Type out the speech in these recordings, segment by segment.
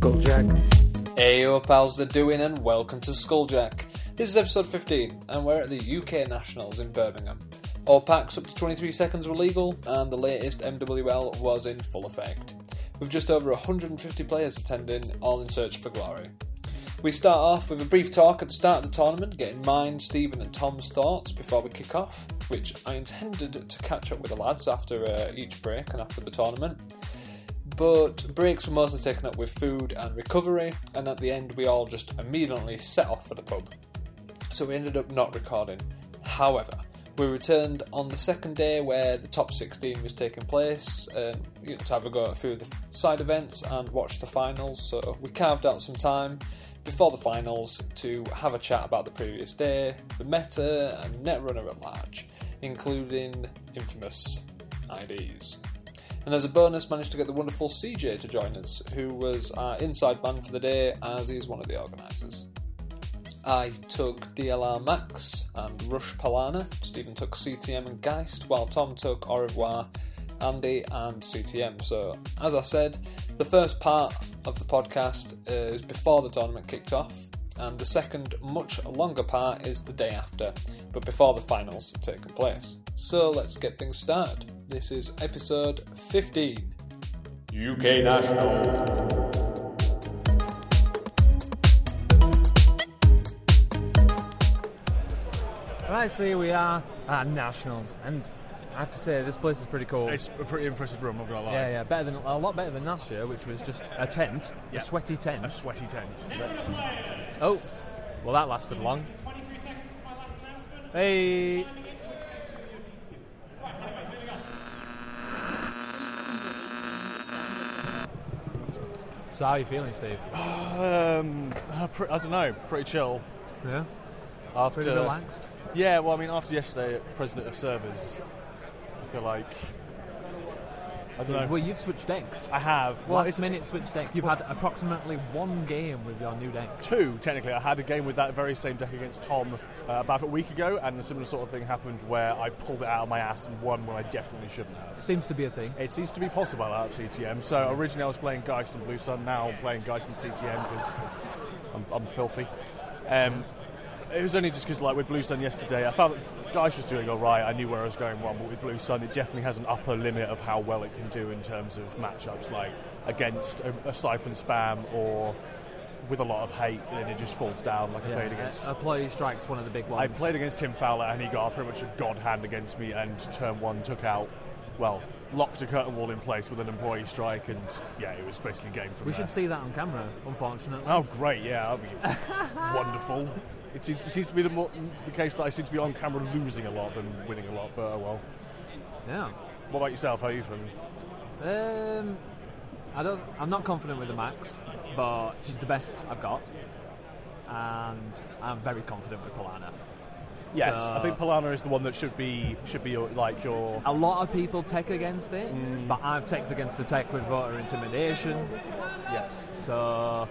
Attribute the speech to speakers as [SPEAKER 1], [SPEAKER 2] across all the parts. [SPEAKER 1] Skulljack.
[SPEAKER 2] Hey, up, how's the doing, and welcome to Skulljack. This is episode 15, and we're at the UK Nationals in Birmingham. All packs up to 23 seconds were legal, and the latest MWL was in full effect, with just over 150 players attending, all in search for glory. We start off with a brief talk at the start of the tournament, getting mine, Stephen, and Tom's thoughts before we kick off, which I intended to catch up with the lads after uh, each break and after the tournament but breaks were mostly taken up with food and recovery, and at the end we all just immediately set off for the pub. So we ended up not recording. However, we returned on the second day where the top 16 was taking place um, you know, to have a go at a few of the side events and watch the finals. So we carved out some time before the finals to have a chat about the previous day, the meta, and Netrunner at large, including infamous IDs. And as a bonus, managed to get the wonderful CJ to join us, who was our inside man for the day, as he is one of the organisers. I took DLR Max and Rush Palana, Stephen took CTM and Geist, while Tom took Au Revoir, Andy, and CTM. So, as I said, the first part of the podcast is before the tournament kicked off, and the second, much longer part is the day after, but before the finals have taken place. So let's get things started. This is episode 15
[SPEAKER 3] UK National.
[SPEAKER 4] Right, so here we are at Nationals, and I have to say, this place is pretty cool.
[SPEAKER 5] It's a pretty impressive room, I'm not gonna lie.
[SPEAKER 4] Yeah, yeah, better than a lot better than last year, which was just a tent,
[SPEAKER 5] Yeah.
[SPEAKER 4] a sweaty tent.
[SPEAKER 5] A sweaty tent.
[SPEAKER 4] oh, well, that lasted long.
[SPEAKER 6] 23 seconds since my last announcement.
[SPEAKER 4] Hey, so how are you feeling, Steve?
[SPEAKER 5] Um, uh, pre- I don't know, pretty chill.
[SPEAKER 4] Yeah,
[SPEAKER 5] After,
[SPEAKER 4] pretty relaxed.
[SPEAKER 5] Yeah, well, I mean, after yesterday at President of Servers, I feel like. I don't know.
[SPEAKER 4] Well, you've switched decks.
[SPEAKER 5] I have. Well,
[SPEAKER 4] last
[SPEAKER 5] it's
[SPEAKER 4] minute switch deck. You've had approximately one game with your new deck.
[SPEAKER 5] two, technically. I had a game with that very same deck against Tom uh, about a week ago, and a similar sort of thing happened where I pulled it out of my ass and won when I definitely shouldn't have.
[SPEAKER 4] Seems to be a thing.
[SPEAKER 5] It seems to be possible out of CTM. So originally I was playing Geist and Blue Sun, now I'm playing Geist and CTM because I'm, I'm filthy. Um, it was only just because, like with Blue Sun yesterday, I found that Geist was doing all right. I knew where I was going wrong, but with Blue Sun, it definitely has an upper limit of how well it can do in terms of matchups, like against a, a siphon spam or with a lot of hate, and it just falls down. Like I played against.
[SPEAKER 4] Uh, a play strikes one of the big ones.
[SPEAKER 5] I played against Tim Fowler and he got pretty much a god hand against me and turn one took out, well, locked a curtain wall in place with an employee strike and yeah, it was basically game from
[SPEAKER 4] We
[SPEAKER 5] there.
[SPEAKER 4] should see that on camera, unfortunately.
[SPEAKER 5] Oh great, yeah, that'd be wonderful. It, seems- it seems to be the, more, the case that I seem to be on camera losing a lot than winning a lot, but oh well.
[SPEAKER 4] Yeah.
[SPEAKER 5] What about yourself? How are you feeling?
[SPEAKER 4] Um, I don't. I'm not confident with the max, but she's the best I've got, and I'm very confident with Polana.
[SPEAKER 5] Yes,
[SPEAKER 4] So-
[SPEAKER 5] I think Polana is the one that should be should be your, like your.
[SPEAKER 4] A lot of people tech against it,
[SPEAKER 5] Mm.
[SPEAKER 4] but I've teched against the tech with voter intimidation,
[SPEAKER 5] Yes.
[SPEAKER 4] so.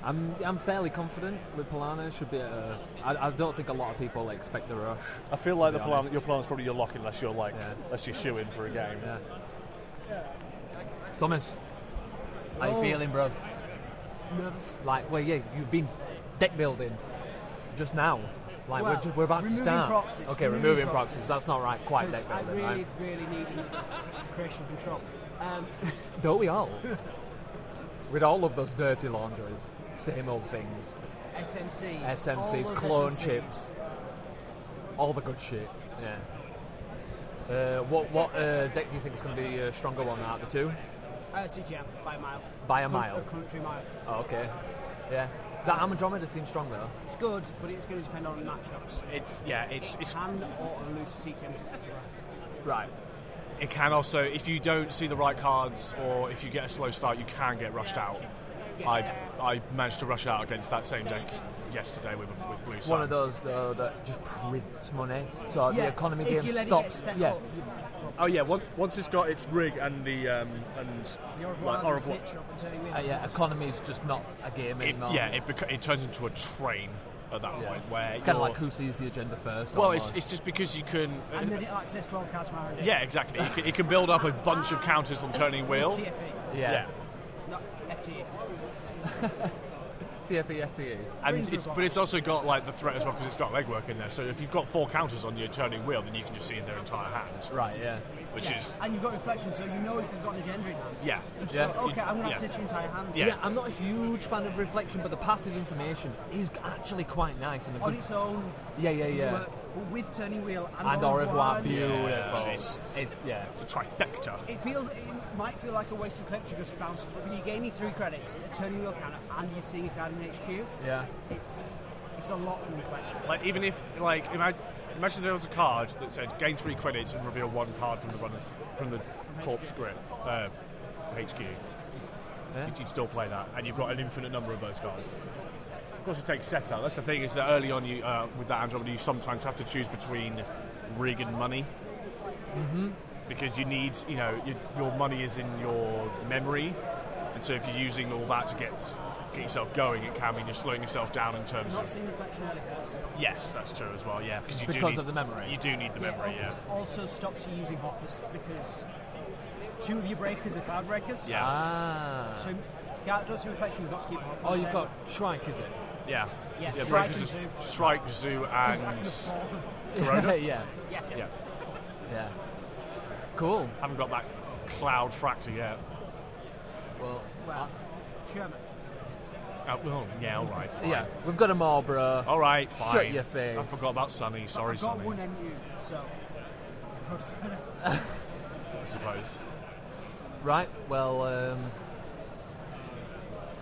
[SPEAKER 4] I'm, I'm fairly confident with Polana. Should be a, I, I don't think a lot of people expect the rush.
[SPEAKER 5] I feel like
[SPEAKER 4] be
[SPEAKER 5] the Polana,
[SPEAKER 4] honest.
[SPEAKER 5] your Polana's probably your lock unless you're like
[SPEAKER 4] Yeah.
[SPEAKER 5] unless you're shoeing for a game.
[SPEAKER 4] Yeah. Thomas, how
[SPEAKER 7] Oh.
[SPEAKER 4] you feeling, bro? Nervous. Like, well, yeah, you've been deck building just now. Like,
[SPEAKER 7] Well,
[SPEAKER 4] we're, just, we're about to
[SPEAKER 7] removing
[SPEAKER 4] start.
[SPEAKER 7] proxies,
[SPEAKER 4] okay,
[SPEAKER 7] removing
[SPEAKER 4] removing proxies.
[SPEAKER 7] proxies.
[SPEAKER 4] That's not right. Quite
[SPEAKER 7] Because
[SPEAKER 4] deck
[SPEAKER 7] I
[SPEAKER 4] building,
[SPEAKER 7] really,
[SPEAKER 4] right?
[SPEAKER 7] really need creation control. Um,
[SPEAKER 4] Don't we all? We'd all love those dirty laundries. Same old things.
[SPEAKER 7] SMCs. all
[SPEAKER 4] SMCs,
[SPEAKER 7] those
[SPEAKER 4] clone
[SPEAKER 7] SMCs.
[SPEAKER 4] chips. All the good shit. Yeah. Uh, what what uh, deck do you think is going to be a stronger one out of the two?
[SPEAKER 7] Uh, CTM, by a mile.
[SPEAKER 4] By a
[SPEAKER 7] Coun-
[SPEAKER 4] mile.
[SPEAKER 7] A country mile.
[SPEAKER 4] Oh, okay. Yeah. That Andromeda seems strong though.
[SPEAKER 7] It's good, but it's going to depend on the matchups.
[SPEAKER 8] It's yeah, it's, it's
[SPEAKER 7] Can or lose to CTM is extra.
[SPEAKER 4] Right.
[SPEAKER 8] it can also if you don't see the right cards or if you get a slow start, you can get rushed out. I I managed to rush out against that same deck yesterday with with blue
[SPEAKER 4] One
[SPEAKER 8] sun.
[SPEAKER 4] of those though that just prints money. So
[SPEAKER 7] Yeah,
[SPEAKER 4] the economy
[SPEAKER 7] if
[SPEAKER 4] game
[SPEAKER 7] you let it get
[SPEAKER 4] stops.
[SPEAKER 7] set
[SPEAKER 4] yeah.
[SPEAKER 7] up, you-
[SPEAKER 8] oh yeah, once once it's got its rig and the um, and
[SPEAKER 7] Your
[SPEAKER 8] like,
[SPEAKER 7] horrible.
[SPEAKER 8] horrible-
[SPEAKER 7] Sit up and turning in.
[SPEAKER 4] Uh, yeah, economy is just not a game
[SPEAKER 8] it,
[SPEAKER 4] anymore.
[SPEAKER 8] yeah, it, beca- it turns into a train at that
[SPEAKER 4] Yeah.
[SPEAKER 8] point where
[SPEAKER 4] it's kind of
[SPEAKER 8] you're-
[SPEAKER 4] like who sees the agenda first.
[SPEAKER 8] well, it's,
[SPEAKER 4] almost.
[SPEAKER 8] it's just because you can.
[SPEAKER 7] And then it access 12 cards from R&D.
[SPEAKER 8] yeah, exactly. It can, it
[SPEAKER 7] E.
[SPEAKER 8] can build up a bunch of counters on turning wheel.
[SPEAKER 7] TFE,
[SPEAKER 4] yeah.
[SPEAKER 7] E.
[SPEAKER 8] yeah.
[SPEAKER 7] not FTE. E,
[SPEAKER 4] TFE FTE.
[SPEAKER 5] And it's, but it's also got like the threat as well because it's got legwork in there. So if you've got four counters on your turning wheel, then you can just see their entire hand,
[SPEAKER 4] Right, yeah.
[SPEAKER 5] which is
[SPEAKER 7] And you've got reflection, so you know if they've got an agenda in hand.
[SPEAKER 5] yeah,
[SPEAKER 7] And
[SPEAKER 4] Yeah.
[SPEAKER 7] So, okay, I'm going to
[SPEAKER 5] Yeah.
[SPEAKER 7] access your entire hand.
[SPEAKER 5] Yeah.
[SPEAKER 4] Yeah, I'm not a huge fan of reflection, but the passive information is actually quite nice and a
[SPEAKER 7] On
[SPEAKER 4] good.
[SPEAKER 7] Oh, its own.
[SPEAKER 4] Yeah, yeah,
[SPEAKER 7] doesn't
[SPEAKER 4] yeah.
[SPEAKER 7] work, but with turning wheel and,
[SPEAKER 4] And
[SPEAKER 7] au
[SPEAKER 4] au revoir,
[SPEAKER 7] revoirs,
[SPEAKER 4] beautiful.
[SPEAKER 5] it's-
[SPEAKER 4] It's, yeah.
[SPEAKER 5] it's a trifecta.
[SPEAKER 7] It feels. It might feel like a wasted collector just bounces, but you gain your three credits, a turning wheel counter, and you're seeing a card in HQ.
[SPEAKER 4] Yeah.
[SPEAKER 7] It's it's a lot from the collector.
[SPEAKER 5] Like even if like ima- imagine there was a card that said gain three credits and reveal one card from the runners from the corpse grip uh, HQ. You'd still play that, and you've got an infinite number of those cards. Of course, it takes sets out. That's the thing is that early on, you uh, with that Andromeda, you sometimes have to choose between rig and money. Mm-hmm. Because you need, you know, your, your money is in your memory, and so if you're using all that to get get yourself going, it can mean you're slowing yourself down in terms
[SPEAKER 7] Not
[SPEAKER 5] of
[SPEAKER 7] seeing reflection early hurts.
[SPEAKER 5] Yes, that's true as well. Yeah, because you do
[SPEAKER 4] Because
[SPEAKER 5] need,
[SPEAKER 4] of the memory.
[SPEAKER 5] You do need the memory. Yeah.
[SPEAKER 7] al- Also stops you using hoppers because two of your breakers are card breakers.
[SPEAKER 5] Yeah.
[SPEAKER 4] Ah.
[SPEAKER 7] So card does see reflection. You've got to keep hoppers.
[SPEAKER 4] Oh, you've got Shrike, is it?
[SPEAKER 5] yeah.
[SPEAKER 7] Yeah, Strike
[SPEAKER 5] Breakers
[SPEAKER 7] and
[SPEAKER 5] is-
[SPEAKER 7] Zoo.
[SPEAKER 5] Strike Zoo
[SPEAKER 7] Because I can
[SPEAKER 5] and
[SPEAKER 7] afford them.
[SPEAKER 4] yeah, yeah,
[SPEAKER 7] Yeah.
[SPEAKER 5] yeah,
[SPEAKER 4] yeah. Cool.
[SPEAKER 5] haven't got that cloud fracture yet.
[SPEAKER 4] Well,
[SPEAKER 7] Well, Sherman.
[SPEAKER 5] Oh, well, yeah, all right. Fine.
[SPEAKER 4] yeah, we've got a Marlboro.
[SPEAKER 5] All right,
[SPEAKER 4] Shut
[SPEAKER 5] fine.
[SPEAKER 4] your face.
[SPEAKER 5] I forgot about Sunny. Sorry,
[SPEAKER 7] I've got
[SPEAKER 5] Sunny.
[SPEAKER 7] one MU, so. Road's better.
[SPEAKER 5] I suppose.
[SPEAKER 4] Right. Well, um,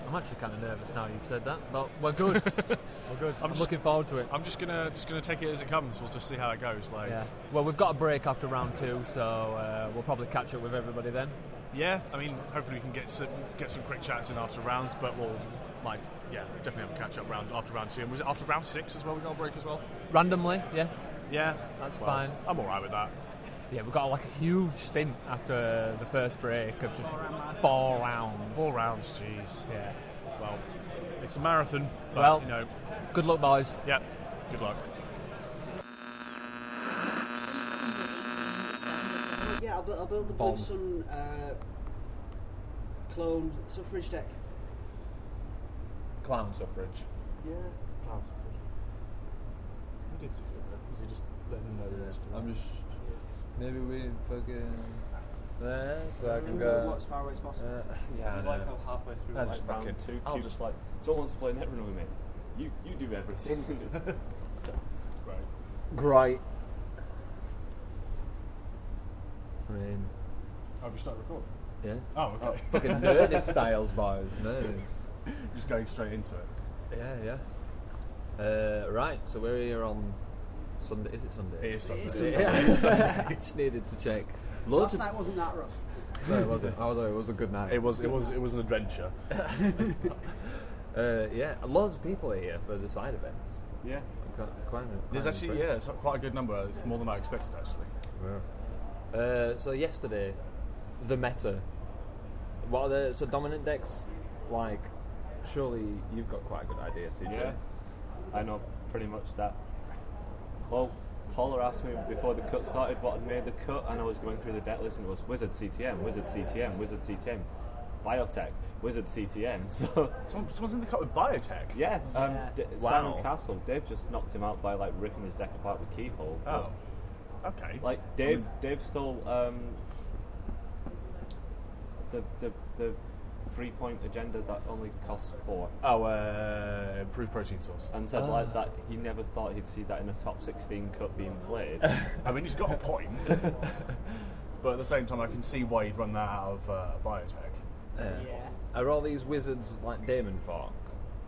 [SPEAKER 4] I'm actually kind of nervous now. You've said that, but we're good. we're good. I'm,
[SPEAKER 5] just-
[SPEAKER 4] looking forward to it.
[SPEAKER 5] I'm just gonna just gonna take it as it comes. We'll just see how it goes. Like,
[SPEAKER 4] Yeah. Well, we've got a break after round two, so uh, we'll probably catch up with everybody then.
[SPEAKER 5] yeah, I mean, hopefully we can get some get some quick chats in after rounds, but we'll might yeah definitely have a catch up round after round two. And was it after round six as well? We got a break as well.
[SPEAKER 4] Randomly, yeah.
[SPEAKER 5] Yeah,
[SPEAKER 4] That's
[SPEAKER 5] well,
[SPEAKER 4] fine.
[SPEAKER 5] I'm all right with that.
[SPEAKER 4] Yeah, we've got like a huge stint after the first break of just four rounds.
[SPEAKER 5] Four rounds, jeez.
[SPEAKER 4] Yeah.
[SPEAKER 5] Well, it's a marathon. But,
[SPEAKER 4] Well-
[SPEAKER 5] you know,
[SPEAKER 4] Good luck, boys.
[SPEAKER 5] yeah. Good luck.
[SPEAKER 9] Yeah, I'll, bu- I'll build the
[SPEAKER 4] Bomb.
[SPEAKER 9] Blue Sun uh, clone suffrage deck.
[SPEAKER 4] Clown suffrage.
[SPEAKER 9] Yeah.
[SPEAKER 4] I'm just. Maybe we fucking. There, so I can uh,
[SPEAKER 9] Remember as far away as possible.
[SPEAKER 4] yeah, I
[SPEAKER 10] like how halfway through
[SPEAKER 4] I
[SPEAKER 10] like
[SPEAKER 4] just
[SPEAKER 10] round
[SPEAKER 4] fucking-
[SPEAKER 10] two,
[SPEAKER 4] I'll
[SPEAKER 10] you
[SPEAKER 4] just-
[SPEAKER 10] just like someone's playing everyone with me. You you do everything.
[SPEAKER 4] Great. Rain.
[SPEAKER 11] Have you Oh, started recording?
[SPEAKER 4] Yeah.
[SPEAKER 11] Oh, okay.
[SPEAKER 4] Fucking nerdist styles, boys. Nerdist.
[SPEAKER 11] Just going straight into it.
[SPEAKER 4] Yeah, yeah. Uh, right, so we're here on Sunday. Is it Sunday?
[SPEAKER 11] It is Sunday.
[SPEAKER 9] It is
[SPEAKER 4] Yeah. I just needed to check. Loads
[SPEAKER 9] Last
[SPEAKER 4] of.
[SPEAKER 9] night wasn't that rough.
[SPEAKER 4] No, it wasn't. Although it was a good night.
[SPEAKER 11] It was it was it was an adventure.
[SPEAKER 4] Uh, yeah, loads of people are here for the side events.
[SPEAKER 11] Yeah.
[SPEAKER 4] I'm quite, quite, quite
[SPEAKER 11] There's actually yeah,
[SPEAKER 4] impressed.
[SPEAKER 11] it's quite a good number. It's more than I expected actually.
[SPEAKER 4] Uh, so yesterday, the meta. What are the so dominant decks? Like, surely you've got quite a good idea, CJ.
[SPEAKER 10] Yeah, I know pretty much that. Well, Paula asked me before the cut started what had made the cut, and I was going through the deck list, and it was Wizard CTM, Wizard CTM, Wizard CTM, Biotech, Wizard CTM. So
[SPEAKER 11] Someone, someone's in the cut with biotech.
[SPEAKER 10] yeah, um, D-
[SPEAKER 11] Wow.
[SPEAKER 10] Simon Castle, Dave just knocked him out by like ripping his deck apart with keyhole.
[SPEAKER 11] Oh. Okay.
[SPEAKER 10] Like Dave, Dave stole um, the the the three point agenda that only costs four,
[SPEAKER 11] Oh, uh, improved protein source.
[SPEAKER 10] and said like that he never thought he'd see that in a top sixteen cup being played.
[SPEAKER 11] I mean, he's got a point, but at the same time, I can see why he'd run that out of uh, biotech.
[SPEAKER 4] Yeah.
[SPEAKER 7] Yeah.
[SPEAKER 4] Are all these wizards like Damon Fork?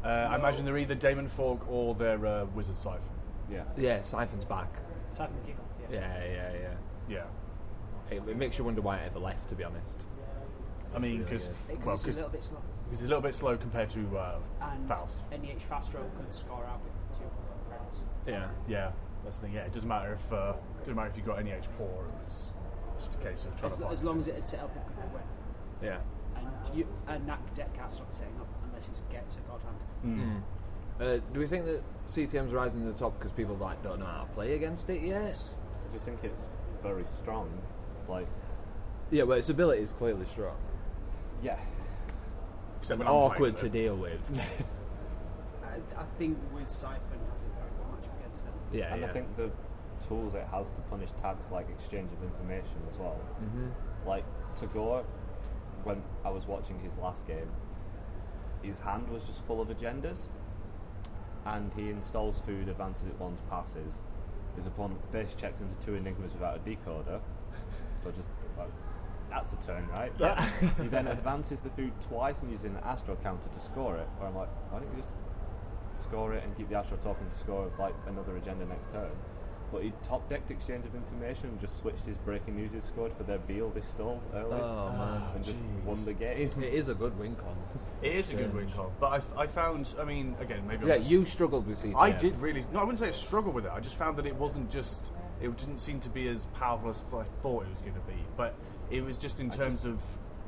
[SPEAKER 11] Uh, I imagine they're either Damon Fork or they're uh, Wizard Scythe.
[SPEAKER 10] yeah,
[SPEAKER 4] Yeah, Siphon's back.
[SPEAKER 7] Seven gig. Yeah.
[SPEAKER 4] Yeah, yeah,
[SPEAKER 11] Yeah.
[SPEAKER 4] yeah. It, it makes you wonder why it ever left, to be honest.
[SPEAKER 11] I mean, because
[SPEAKER 7] Because
[SPEAKER 11] well,
[SPEAKER 7] it's
[SPEAKER 11] cause,
[SPEAKER 7] a little bit slow.
[SPEAKER 11] he's a little bit slow compared to uh,
[SPEAKER 7] And
[SPEAKER 11] Faust.
[SPEAKER 7] NEH fast row could score out with two rounds.
[SPEAKER 4] Yeah.
[SPEAKER 11] Yeah, that's the thing. Yeah, it doesn't matter if uh, doesn't matter if you got any H poor. It was just a case of trying
[SPEAKER 7] As,
[SPEAKER 11] to find.
[SPEAKER 7] as long as it had set up, it could win.
[SPEAKER 4] Yeah.
[SPEAKER 7] And you, a knack deck can't stop setting up unless it gets a god hand.
[SPEAKER 4] Uh, do we think that CTM's rising to the top because people like don't know how to play against it yet?
[SPEAKER 10] I just think it's very strong. Like
[SPEAKER 4] Yeah, well, its ability is clearly strong.
[SPEAKER 10] yeah,
[SPEAKER 5] Except when I'm playing
[SPEAKER 4] awkward
[SPEAKER 5] with
[SPEAKER 4] to
[SPEAKER 5] it.
[SPEAKER 4] deal with.
[SPEAKER 7] I, I think with Siphon has a very good match against them.
[SPEAKER 4] Yeah,
[SPEAKER 10] And
[SPEAKER 4] yeah.
[SPEAKER 10] I think the tools it has to punish tags like exchange of information as well. Mm-hmm. Like Tagore, when I was watching his last game, his hand was just full of agendas, and he installs food, advances it once, passes. His opponent face checks into two enigmas without a decoder, so just like, that's a turn, right?
[SPEAKER 4] Yeah.
[SPEAKER 10] he then advances the food twice and uses an astro counter to score it. Or I'm like, why don't you just score it and keep the Astro talking to score like another agenda next turn. But he top decked exchange of information and just switched his breaking news he'd scored for their Beal this stall early
[SPEAKER 4] Oh, man.
[SPEAKER 10] and just won the game.
[SPEAKER 4] It is a good win con.
[SPEAKER 5] It is a good win call, but I, I found. I mean, again, maybe I'm
[SPEAKER 4] Yeah,
[SPEAKER 5] just-
[SPEAKER 4] you struggled with CTM.
[SPEAKER 5] I did really. No, I wouldn't say I struggled with it. I just found that it wasn't just. It didn't seem to be as powerful as I thought it was going to be. But it was just in terms of,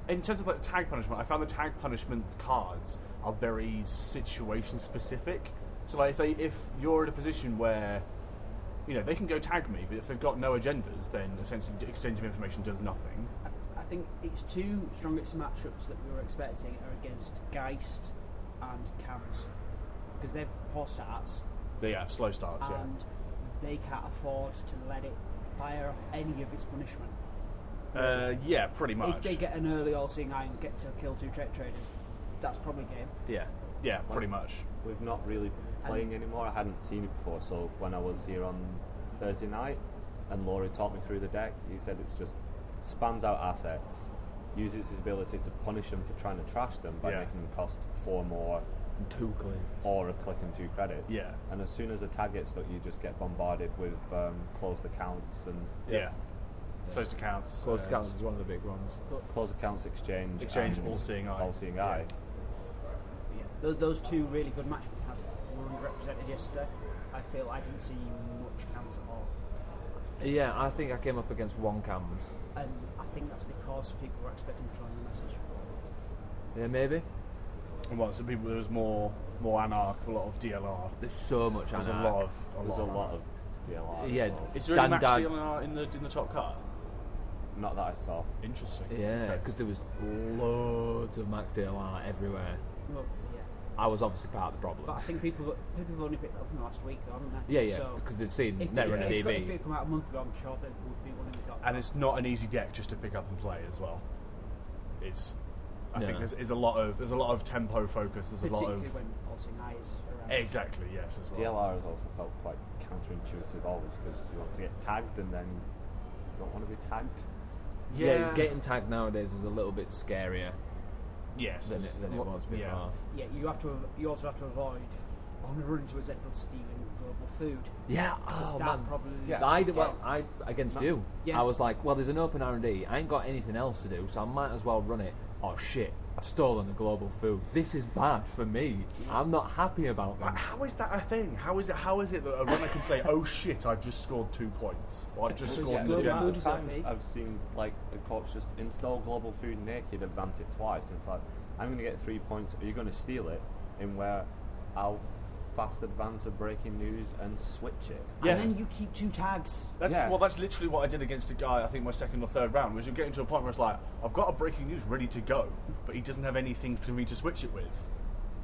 [SPEAKER 5] in terms of like tag punishment. I found the tag punishment cards are very situation specific. So like if they if you're in a position where, you know, they can go tag me, but if they've got no agendas, then essentially exchange of information does nothing.
[SPEAKER 7] I think its two strongest matchups that we were expecting are against Geist and Karras because they've poor starts
[SPEAKER 5] They have slow starts. Yeah.
[SPEAKER 7] and they can't afford to let it fire off any of its punishment.
[SPEAKER 5] Uh, yeah, pretty much.
[SPEAKER 7] If they get an early all-seeing eye and get to kill two tech traders, that's probably game.
[SPEAKER 5] yeah, yeah, pretty much.
[SPEAKER 10] We've not really playing anymore. I hadn't seen it before, so when I was here on Thursday night and Laurie taught me through the deck, he said it's just spams out assets, uses his ability to punish them for trying to trash them by
[SPEAKER 5] Yeah.
[SPEAKER 10] making them cost four more
[SPEAKER 4] Two cleans.
[SPEAKER 5] Oh,
[SPEAKER 10] or a click and two credits.
[SPEAKER 5] Yeah.
[SPEAKER 10] And as soon as a tag gets stuck, you just get bombarded with um, closed accounts and
[SPEAKER 5] Yeah. Closed accounts.
[SPEAKER 4] Closed
[SPEAKER 5] uh,
[SPEAKER 4] accounts is one of the big ones.
[SPEAKER 10] closed accounts exchange.
[SPEAKER 5] Exchange
[SPEAKER 10] and
[SPEAKER 5] all-seeing eye.
[SPEAKER 10] All-seeing eye.
[SPEAKER 7] Yeah. Tho- those two really good match has were underrepresented yesterday. I feel I didn't see much counts at all,
[SPEAKER 4] Yeah, I think I came up against one cams.
[SPEAKER 7] and I think that's because people were expecting to join the message.
[SPEAKER 4] Yeah, maybe.
[SPEAKER 5] And what? So people, there was more, more anarch, a lot of DLR.
[SPEAKER 4] There's so much.
[SPEAKER 5] There's a
[SPEAKER 4] anarch.
[SPEAKER 5] lot of, a lot.
[SPEAKER 10] There's a
[SPEAKER 5] of
[SPEAKER 10] lot
[SPEAKER 5] anarch.
[SPEAKER 10] of DLR. as
[SPEAKER 4] Yeah,
[SPEAKER 10] well.
[SPEAKER 5] Is there any max
[SPEAKER 4] Dandad-
[SPEAKER 5] DLR in the in the top car?
[SPEAKER 10] Not that I saw.
[SPEAKER 5] Interesting.
[SPEAKER 4] Yeah, because there was loads of Max DLR everywhere.
[SPEAKER 7] Well, yeah.
[SPEAKER 4] I was obviously part of the
[SPEAKER 7] But I
[SPEAKER 4] problem.
[SPEAKER 7] think people people have only picked it up in the last week, though, haven't they?
[SPEAKER 4] Yeah, yeah,
[SPEAKER 7] So
[SPEAKER 4] because they've seen
[SPEAKER 7] if,
[SPEAKER 4] Netrunner
[SPEAKER 7] if, it's got- if it
[SPEAKER 4] DB.
[SPEAKER 7] had come out a month ago, I'm sure there would be one in the top.
[SPEAKER 5] And it's not an easy deck just to pick up and play as well. It's. I
[SPEAKER 4] No.
[SPEAKER 5] think there's is a lot of there's a lot of tempo focus. There's a lot
[SPEAKER 7] particularly
[SPEAKER 5] of
[SPEAKER 7] when Alting Eye is around.
[SPEAKER 5] exactly yes as well.
[SPEAKER 10] DLR has also felt quite counterintuitive always because you want to get tagged and then you don't want to be tagged.
[SPEAKER 4] Yeah. getting tagged nowadays is a little bit scarier
[SPEAKER 5] yes.
[SPEAKER 4] than it, than it was before.
[SPEAKER 5] Yeah.
[SPEAKER 7] Yeah, you have to. You also have to avoid on run into a set from stealing global food.
[SPEAKER 4] Yeah,
[SPEAKER 7] 'Cause
[SPEAKER 4] oh
[SPEAKER 7] that
[SPEAKER 4] man.
[SPEAKER 7] probably.
[SPEAKER 10] Yeah.
[SPEAKER 4] I did, well, I against you.
[SPEAKER 7] Yeah.
[SPEAKER 4] I was like, well, there's an open R and D. I ain't got anything else to do, so I might as well run it. Oh shit! I've stolen the global food. This is bad for me. I'm not happy about
[SPEAKER 5] Like,
[SPEAKER 4] that.
[SPEAKER 5] How is that a thing? How is it? How is it that a runner can say, "Oh shit, I've just scored two points," or "I've just
[SPEAKER 7] Because
[SPEAKER 5] scored"?
[SPEAKER 7] global
[SPEAKER 5] legit-
[SPEAKER 7] food is
[SPEAKER 10] Times
[SPEAKER 7] okay.
[SPEAKER 10] I've seen like the cops just install global food naked, advance it twice, and it's like I'm going to get three points. Are you going to steal it? In where I'll fast advance a breaking news and switch it.
[SPEAKER 5] Yeah.
[SPEAKER 7] And then you keep two tags.
[SPEAKER 5] That's
[SPEAKER 10] Yeah.
[SPEAKER 5] well. That's literally what I did against a guy. I think my second or third round was you're getting to a point where it's like I've got a breaking news ready to go, but he doesn't have anything for me to switch it with.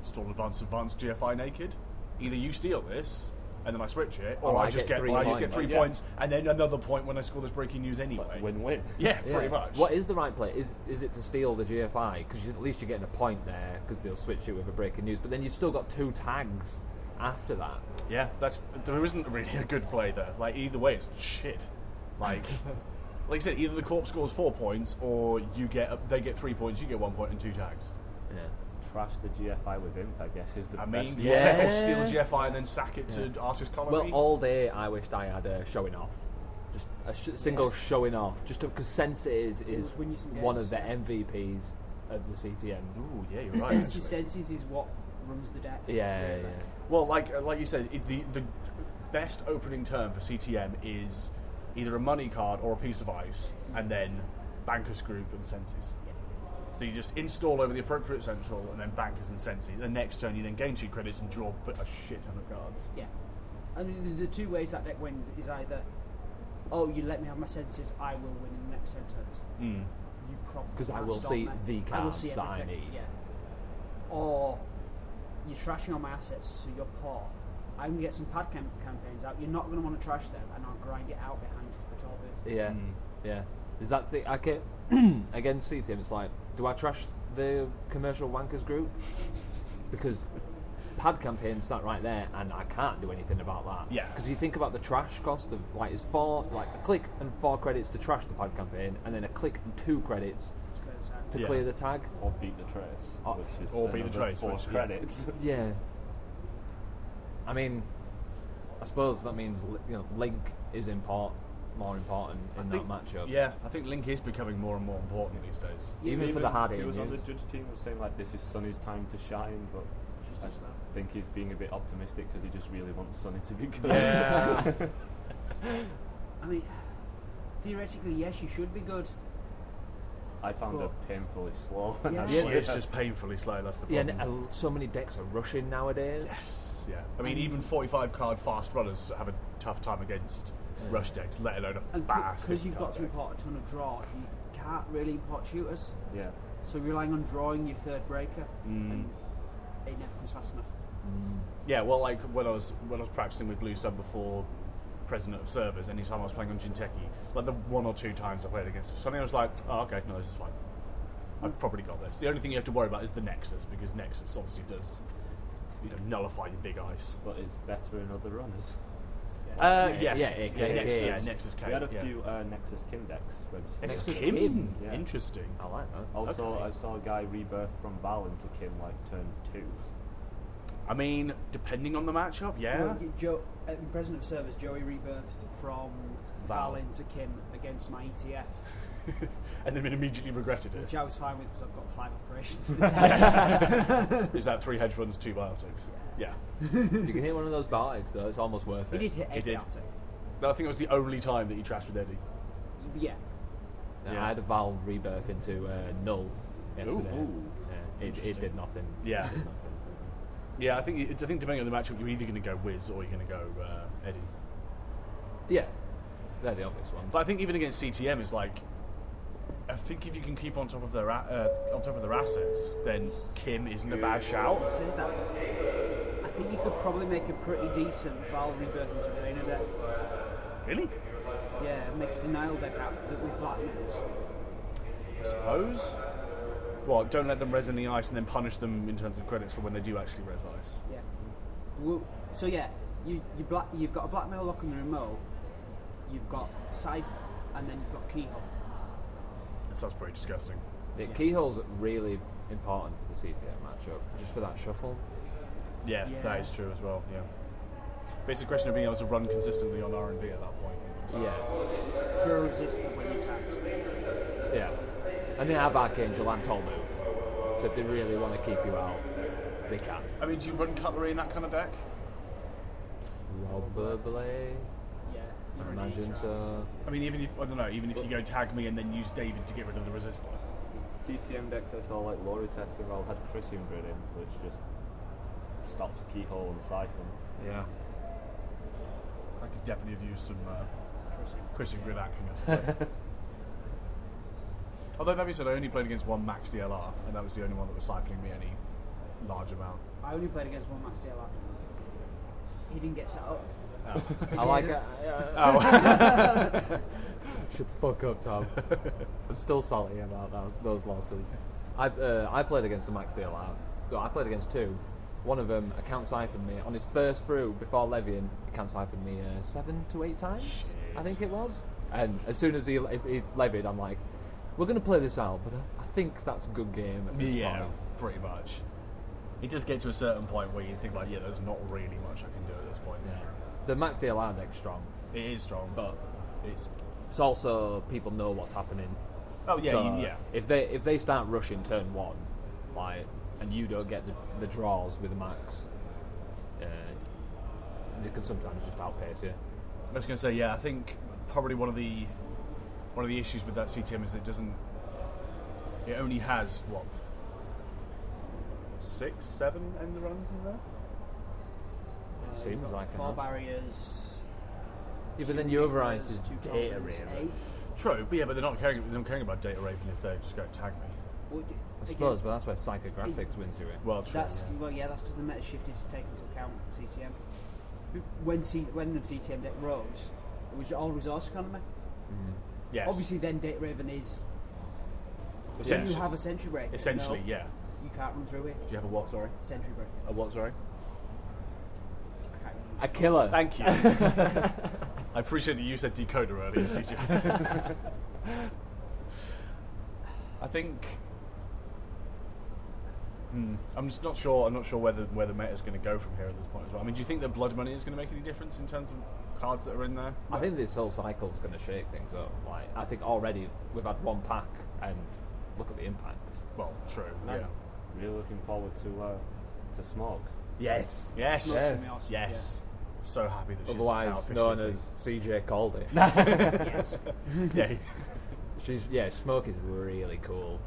[SPEAKER 5] Stall advance, advance, GFI naked. Either you steal this and then I switch it, or,
[SPEAKER 4] Or Oh,
[SPEAKER 5] I,
[SPEAKER 4] I
[SPEAKER 5] just
[SPEAKER 4] get
[SPEAKER 5] get,
[SPEAKER 4] three
[SPEAKER 5] or I just get three
[SPEAKER 4] points.
[SPEAKER 5] points and then another point when I score this breaking news anyway.
[SPEAKER 10] Win-win.
[SPEAKER 5] yeah,
[SPEAKER 4] Yeah.
[SPEAKER 5] pretty much.
[SPEAKER 4] What is the right play? Is is it to steal the GFI? Because at least you're getting a point there because they'll switch you with a breaking news. But then you've still got two tags after that.
[SPEAKER 5] yeah, that's there isn't really a good play there. Like either way, it's shit. Like. Like I said, either the corpse scores four points, or you get they get three points, you get one point and two tags.
[SPEAKER 4] Yeah.
[SPEAKER 10] Trash the GFI with imp. I guess is the
[SPEAKER 5] I mean,
[SPEAKER 10] best.
[SPEAKER 4] Yeah.
[SPEAKER 5] yeah. steal GFI and then sack it to artist colony.
[SPEAKER 4] Well, all day I wished I had a showing off. Just a sh- single showing off. Just because Sense is, is
[SPEAKER 7] win you some
[SPEAKER 4] one
[SPEAKER 7] games.
[SPEAKER 4] of the MVPs of the CTM.
[SPEAKER 5] Ooh, yeah, you're right.
[SPEAKER 7] Senses,
[SPEAKER 5] actually.
[SPEAKER 7] senses is what runs the deck.
[SPEAKER 4] Yeah, yeah.
[SPEAKER 5] Well, like uh, like you said, it, the the best opening term for CTM is either a money card or a piece of ice, and then bankers group and senses. So you just install over the appropriate central, and then bankers and senses. The next turn, you then gain two credits and draw a shit ton of cards.
[SPEAKER 7] Yeah. I mean, the, the two ways that deck wins is either, oh, you let me have my senses, I will win in the next 10 turns. You probably
[SPEAKER 4] 'Cause I
[SPEAKER 7] can't
[SPEAKER 4] will
[SPEAKER 7] stop
[SPEAKER 4] see
[SPEAKER 7] me.
[SPEAKER 4] the
[SPEAKER 7] I will
[SPEAKER 4] cards
[SPEAKER 7] see
[SPEAKER 4] that I
[SPEAKER 7] everything,
[SPEAKER 4] need.
[SPEAKER 7] Yeah. or you're trashing all my assets, so you're poor. I'm gonna get some pad cam- campaigns out. You're not gonna want to trash them, and I'll grind it out behind the top booth.
[SPEAKER 4] Yeah, yeah. Is that thing? I get against CTM. It's like, do I trash the commercial wankers group? Because pad campaigns sat right there, and I can't do anything about that.
[SPEAKER 5] Yeah.
[SPEAKER 4] Because you think about the trash cost of like it's four like a click and four credits to trash the pad campaign, and then a click and two credits
[SPEAKER 7] Because, uh,
[SPEAKER 4] to
[SPEAKER 5] Yeah.
[SPEAKER 4] clear the tag.
[SPEAKER 10] Or beat the trace.
[SPEAKER 4] Oh.
[SPEAKER 10] which is
[SPEAKER 5] uh, Or beat the
[SPEAKER 10] another
[SPEAKER 5] trace,
[SPEAKER 10] Four
[SPEAKER 5] which- yeah.
[SPEAKER 10] credits.
[SPEAKER 4] Yeah. I mean, I suppose that means li- you know Link is import more important in that matchup.
[SPEAKER 5] Yeah, I think Link is becoming more and more important these days.
[SPEAKER 4] Even for the hard
[SPEAKER 10] He was on the
[SPEAKER 4] ages.
[SPEAKER 10] judge team was saying like this is Sonny's time to shine, but
[SPEAKER 7] Just
[SPEAKER 10] I
[SPEAKER 7] does that.
[SPEAKER 10] think he's being a bit optimistic because he just really wants Sonny to be good.
[SPEAKER 5] Yeah.
[SPEAKER 7] I mean, theoretically, yes, you should be good.
[SPEAKER 10] I found it painfully slow.
[SPEAKER 7] Yeah.
[SPEAKER 5] That's
[SPEAKER 7] Yeah.
[SPEAKER 5] why It's just painfully slow. That's the
[SPEAKER 4] Yeah,
[SPEAKER 5] problem.
[SPEAKER 4] and uh, so many decks are rushing nowadays.
[SPEAKER 5] Yeah. I mean, even 45 card fast runners have a tough time against rush decks, let alone a
[SPEAKER 7] And
[SPEAKER 5] fast.
[SPEAKER 7] because you've got to
[SPEAKER 5] card deck.
[SPEAKER 7] import a ton of draw, you can't really import shooters.
[SPEAKER 10] yeah.
[SPEAKER 7] So you're relying on drawing your third breaker,
[SPEAKER 5] Hmm.
[SPEAKER 7] and it never comes fast enough.
[SPEAKER 5] Yeah, well, like when I was when I was practicing with Blue Sun before president of servers, any time I was playing on Jinteki, like the one or two times I played against Sonny, I was like, oh, okay, no, this is fine. I've probably got this. The only thing you have to worry about is the Nexus, because Nexus obviously does you know, nullify your big eyes.
[SPEAKER 10] But it's better in other runners.
[SPEAKER 5] Uh,
[SPEAKER 4] Nexus,
[SPEAKER 5] yes.
[SPEAKER 4] yeah, it
[SPEAKER 5] yeah,
[SPEAKER 4] can-
[SPEAKER 5] Nexus,
[SPEAKER 4] it
[SPEAKER 5] yeah,
[SPEAKER 4] is.
[SPEAKER 5] Nexus can.
[SPEAKER 10] we had a
[SPEAKER 5] yeah.
[SPEAKER 10] few uh, Nexus Kim decks. registered.
[SPEAKER 5] Nexus,
[SPEAKER 4] Nexus
[SPEAKER 5] Kim?
[SPEAKER 4] Kim,
[SPEAKER 10] yeah.
[SPEAKER 5] Interesting.
[SPEAKER 4] I like that. Oh,
[SPEAKER 10] Also,
[SPEAKER 5] Okay.
[SPEAKER 10] I saw a guy rebirth from Val into Kim like turn two.
[SPEAKER 5] I mean, depending on the matchup, yeah.
[SPEAKER 7] Well, y- Joe, uh, in President of Service, Joey rebirthed from
[SPEAKER 5] Val.
[SPEAKER 7] Valin to Kim against my ETF,
[SPEAKER 5] and then immediately regretted
[SPEAKER 7] which
[SPEAKER 5] it.
[SPEAKER 7] I was fine with because I've got five operations. to test.
[SPEAKER 5] Is that three hedge funds, two biotics? Yeah.
[SPEAKER 4] If you can hit one of those Bartics, though, it's almost worth
[SPEAKER 7] he
[SPEAKER 4] it.
[SPEAKER 7] did hit
[SPEAKER 5] He
[SPEAKER 7] every
[SPEAKER 5] did.
[SPEAKER 7] attic.
[SPEAKER 5] No, I think it was the only time that he trashed with Eddie.
[SPEAKER 7] Yeah,
[SPEAKER 4] Yeah,
[SPEAKER 5] Yeah.
[SPEAKER 4] I had a Val rebirth into uh, Null yesterday.
[SPEAKER 5] ooh.
[SPEAKER 4] Yeah, it, it did nothing.
[SPEAKER 5] Yeah.
[SPEAKER 4] It did nothing.
[SPEAKER 5] Yeah, I think I think depending on the matchup, you're either going to go Wiz or you're going to go uh, Eddie.
[SPEAKER 4] Yeah. They're the obvious ones.
[SPEAKER 5] But I think even against CTM is like, I think if you can keep on top of their a- uh, on top of their assets, then Kim isn't a bad
[SPEAKER 7] I
[SPEAKER 5] shout.
[SPEAKER 7] say that. I think you could probably make a pretty decent Val rebirth into Reyna deck.
[SPEAKER 5] Really?
[SPEAKER 7] Yeah, make a denial deck out that with Black Moons.
[SPEAKER 5] I suppose. What? Don't let them res any ice and then punish them in terms of credits for when they do actually res ice.
[SPEAKER 7] Yeah. Well, so yeah, you you black you've got a blackmail lock on the remote. You've got Scythe, and then you've got Keyhole.
[SPEAKER 5] That sounds pretty disgusting.
[SPEAKER 4] The Keyhole's really important for the CTM matchup, just for that shuffle.
[SPEAKER 5] Yeah,
[SPEAKER 7] Yeah.
[SPEAKER 5] that is true as well. Yeah. But it's a question of being able to run consistently on R and D at that point.
[SPEAKER 4] Yeah.
[SPEAKER 7] Throw a resistor when you're tapped.
[SPEAKER 4] Yeah. And they have Archangel and Tall Move. So if they really want to keep you out, they can.
[SPEAKER 5] I mean, do you run cutlery in that kind of deck?
[SPEAKER 4] Probably.
[SPEAKER 7] Yeah.
[SPEAKER 4] I imagine so.
[SPEAKER 5] I mean, even if I don't know, even if you go tag me and then use David to get rid of the resistor.
[SPEAKER 10] CTM decks I saw like Laura testing Val had Chrysium Grid in, which just stops Keyhole and Siphon.
[SPEAKER 5] Yeah. I could definitely have used some uh, Christian grid action. yesterday. Although that being said, I only played against one max DLR, and that was the only one that was siphoning me any large amount.
[SPEAKER 7] I only played against one match DLR. He didn't get set up.
[SPEAKER 4] I like it. Shut the fuck up, Tom. I'm still salty about those, those losses. I, uh, I played against a Max DLR. No, I played against two. One of them, account siphoned me on his first through before Levian. Account siphoned me uh, seven to eight times, I think it was. And as soon as he, he, he levied, I'm like, we're going to play this out, but I think that's good game at this point.
[SPEAKER 5] pretty much. It does get to a certain point where you think like, yeah, there's not really much I can do at this point.
[SPEAKER 4] Yeah. The Max DLR deck's strong,
[SPEAKER 5] It is strong, but
[SPEAKER 4] but
[SPEAKER 5] it's
[SPEAKER 4] it's also people know what's happening.
[SPEAKER 5] oh yeah,
[SPEAKER 4] So,
[SPEAKER 5] you, yeah.
[SPEAKER 4] If they if they start rushing turn one, like, and you don't get the, the draws with the max, uh, they can sometimes just outpace you.
[SPEAKER 5] I was going to say, yeah, I think probably one of the one of the issues with that CTM is it doesn't. It only has what six, seven end the runs in there.
[SPEAKER 4] Seems like
[SPEAKER 7] Four
[SPEAKER 4] enough.
[SPEAKER 7] barriers.
[SPEAKER 4] Yeah,
[SPEAKER 7] two
[SPEAKER 4] but then your override
[SPEAKER 7] reavers,
[SPEAKER 4] is
[SPEAKER 7] two
[SPEAKER 4] data
[SPEAKER 7] tokens,
[SPEAKER 4] reaver.
[SPEAKER 7] eight.
[SPEAKER 5] True, but yeah, but they're not caring. They're not caring about data raven if they just go tag me.
[SPEAKER 7] Well, d-
[SPEAKER 4] I
[SPEAKER 7] again,
[SPEAKER 4] suppose, but that's where psychographics wins you in.
[SPEAKER 10] Well, true.
[SPEAKER 7] That's well, yeah. That's because the meta shifted to take into account CTM. B- When C, when the CTM deck rose, it was all resource economy.
[SPEAKER 5] Yes.
[SPEAKER 7] Obviously, then Date Raven is. So you
[SPEAKER 5] Essentially,
[SPEAKER 7] have a century break.
[SPEAKER 5] essentially yeah.
[SPEAKER 7] You can't run through it.
[SPEAKER 10] Do you have a what? Sorry,
[SPEAKER 7] Century break.
[SPEAKER 10] a what? Sorry.
[SPEAKER 7] I can't remember.
[SPEAKER 4] A killer.
[SPEAKER 5] Thank you. I appreciate that you said decoder earlier, CJ. I think. Hmm, I'm just not sure. I'm not sure whether where the meta is going to go from here at this point as well. I mean, do you think that blood money is going to make any difference in terms of cards that are in there?
[SPEAKER 4] I think this whole cycle's going to shake things up. Like, I think already we've had one pack, and look at the impact.
[SPEAKER 5] Well, true.
[SPEAKER 10] I'm
[SPEAKER 5] Yeah.
[SPEAKER 10] really looking forward to uh, to smoke.
[SPEAKER 4] Yes.
[SPEAKER 5] Yes.
[SPEAKER 7] Smoke's gonna be awesome,
[SPEAKER 5] Yes. So happy that she's now
[SPEAKER 4] Otherwise
[SPEAKER 5] officially
[SPEAKER 4] known
[SPEAKER 5] free.
[SPEAKER 4] as CJ Caldy.
[SPEAKER 7] yes.
[SPEAKER 5] yeah.
[SPEAKER 4] She's yeah, smoke is really cool.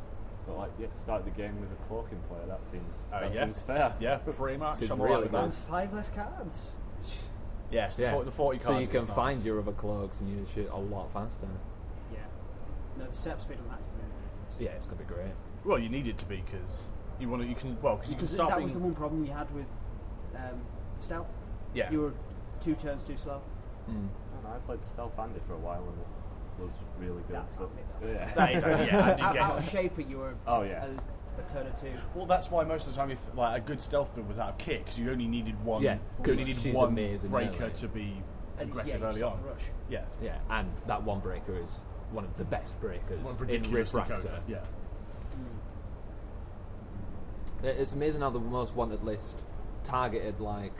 [SPEAKER 10] But like, yeah, start the game with a cloaking player. That seems
[SPEAKER 5] Uh,
[SPEAKER 10] that
[SPEAKER 5] yeah.
[SPEAKER 10] seems fair.
[SPEAKER 5] Yeah, pretty much.
[SPEAKER 4] She's
[SPEAKER 5] I'm
[SPEAKER 4] really
[SPEAKER 5] alright with
[SPEAKER 4] good.
[SPEAKER 5] that.
[SPEAKER 7] And five less cards.
[SPEAKER 5] Yes, the,
[SPEAKER 4] Yeah.
[SPEAKER 5] 40, the 40 cards.
[SPEAKER 4] so you can
[SPEAKER 5] is nice.
[SPEAKER 4] find your other cloaks and use shit a lot faster.
[SPEAKER 7] Yeah. No, the set speed on that's gonna be ridiculous.
[SPEAKER 4] Yeah, it's gonna be great.
[SPEAKER 5] Well, you need it to be because you want to. You can well because you can
[SPEAKER 7] Because
[SPEAKER 5] start
[SPEAKER 7] that
[SPEAKER 5] being,
[SPEAKER 7] was the one problem you had with um, stealth.
[SPEAKER 5] Yeah.
[SPEAKER 7] You were two turns too slow.
[SPEAKER 10] I, don't know, I played stealth handed for a while and it was really good.
[SPEAKER 7] That's
[SPEAKER 10] but,
[SPEAKER 7] handy,
[SPEAKER 10] yeah.
[SPEAKER 5] That is, uh, yeah, I
[SPEAKER 7] Out,
[SPEAKER 5] do
[SPEAKER 7] out of
[SPEAKER 5] guess.
[SPEAKER 7] shaper, you were.
[SPEAKER 10] Oh, yeah.
[SPEAKER 7] A, a turn or two.
[SPEAKER 5] Well, that's why most of the time, if like a good stealth build was out of kick, 'cause you only needed one.
[SPEAKER 4] Yeah,
[SPEAKER 5] you
[SPEAKER 4] 'cause
[SPEAKER 5] only needed
[SPEAKER 4] she's
[SPEAKER 5] one
[SPEAKER 4] amazing
[SPEAKER 5] breaker
[SPEAKER 4] early.
[SPEAKER 5] to be
[SPEAKER 7] And yeah,
[SPEAKER 5] aggressive
[SPEAKER 7] you
[SPEAKER 5] early
[SPEAKER 7] stop
[SPEAKER 5] on.
[SPEAKER 7] the rush.
[SPEAKER 5] Yeah,
[SPEAKER 4] Yeah, and that one breaker is one of the best breakers
[SPEAKER 5] one
[SPEAKER 4] in
[SPEAKER 5] ridiculous
[SPEAKER 4] Refractor.
[SPEAKER 5] Yeah,
[SPEAKER 4] It- It's amazing how the most wanted list targeted like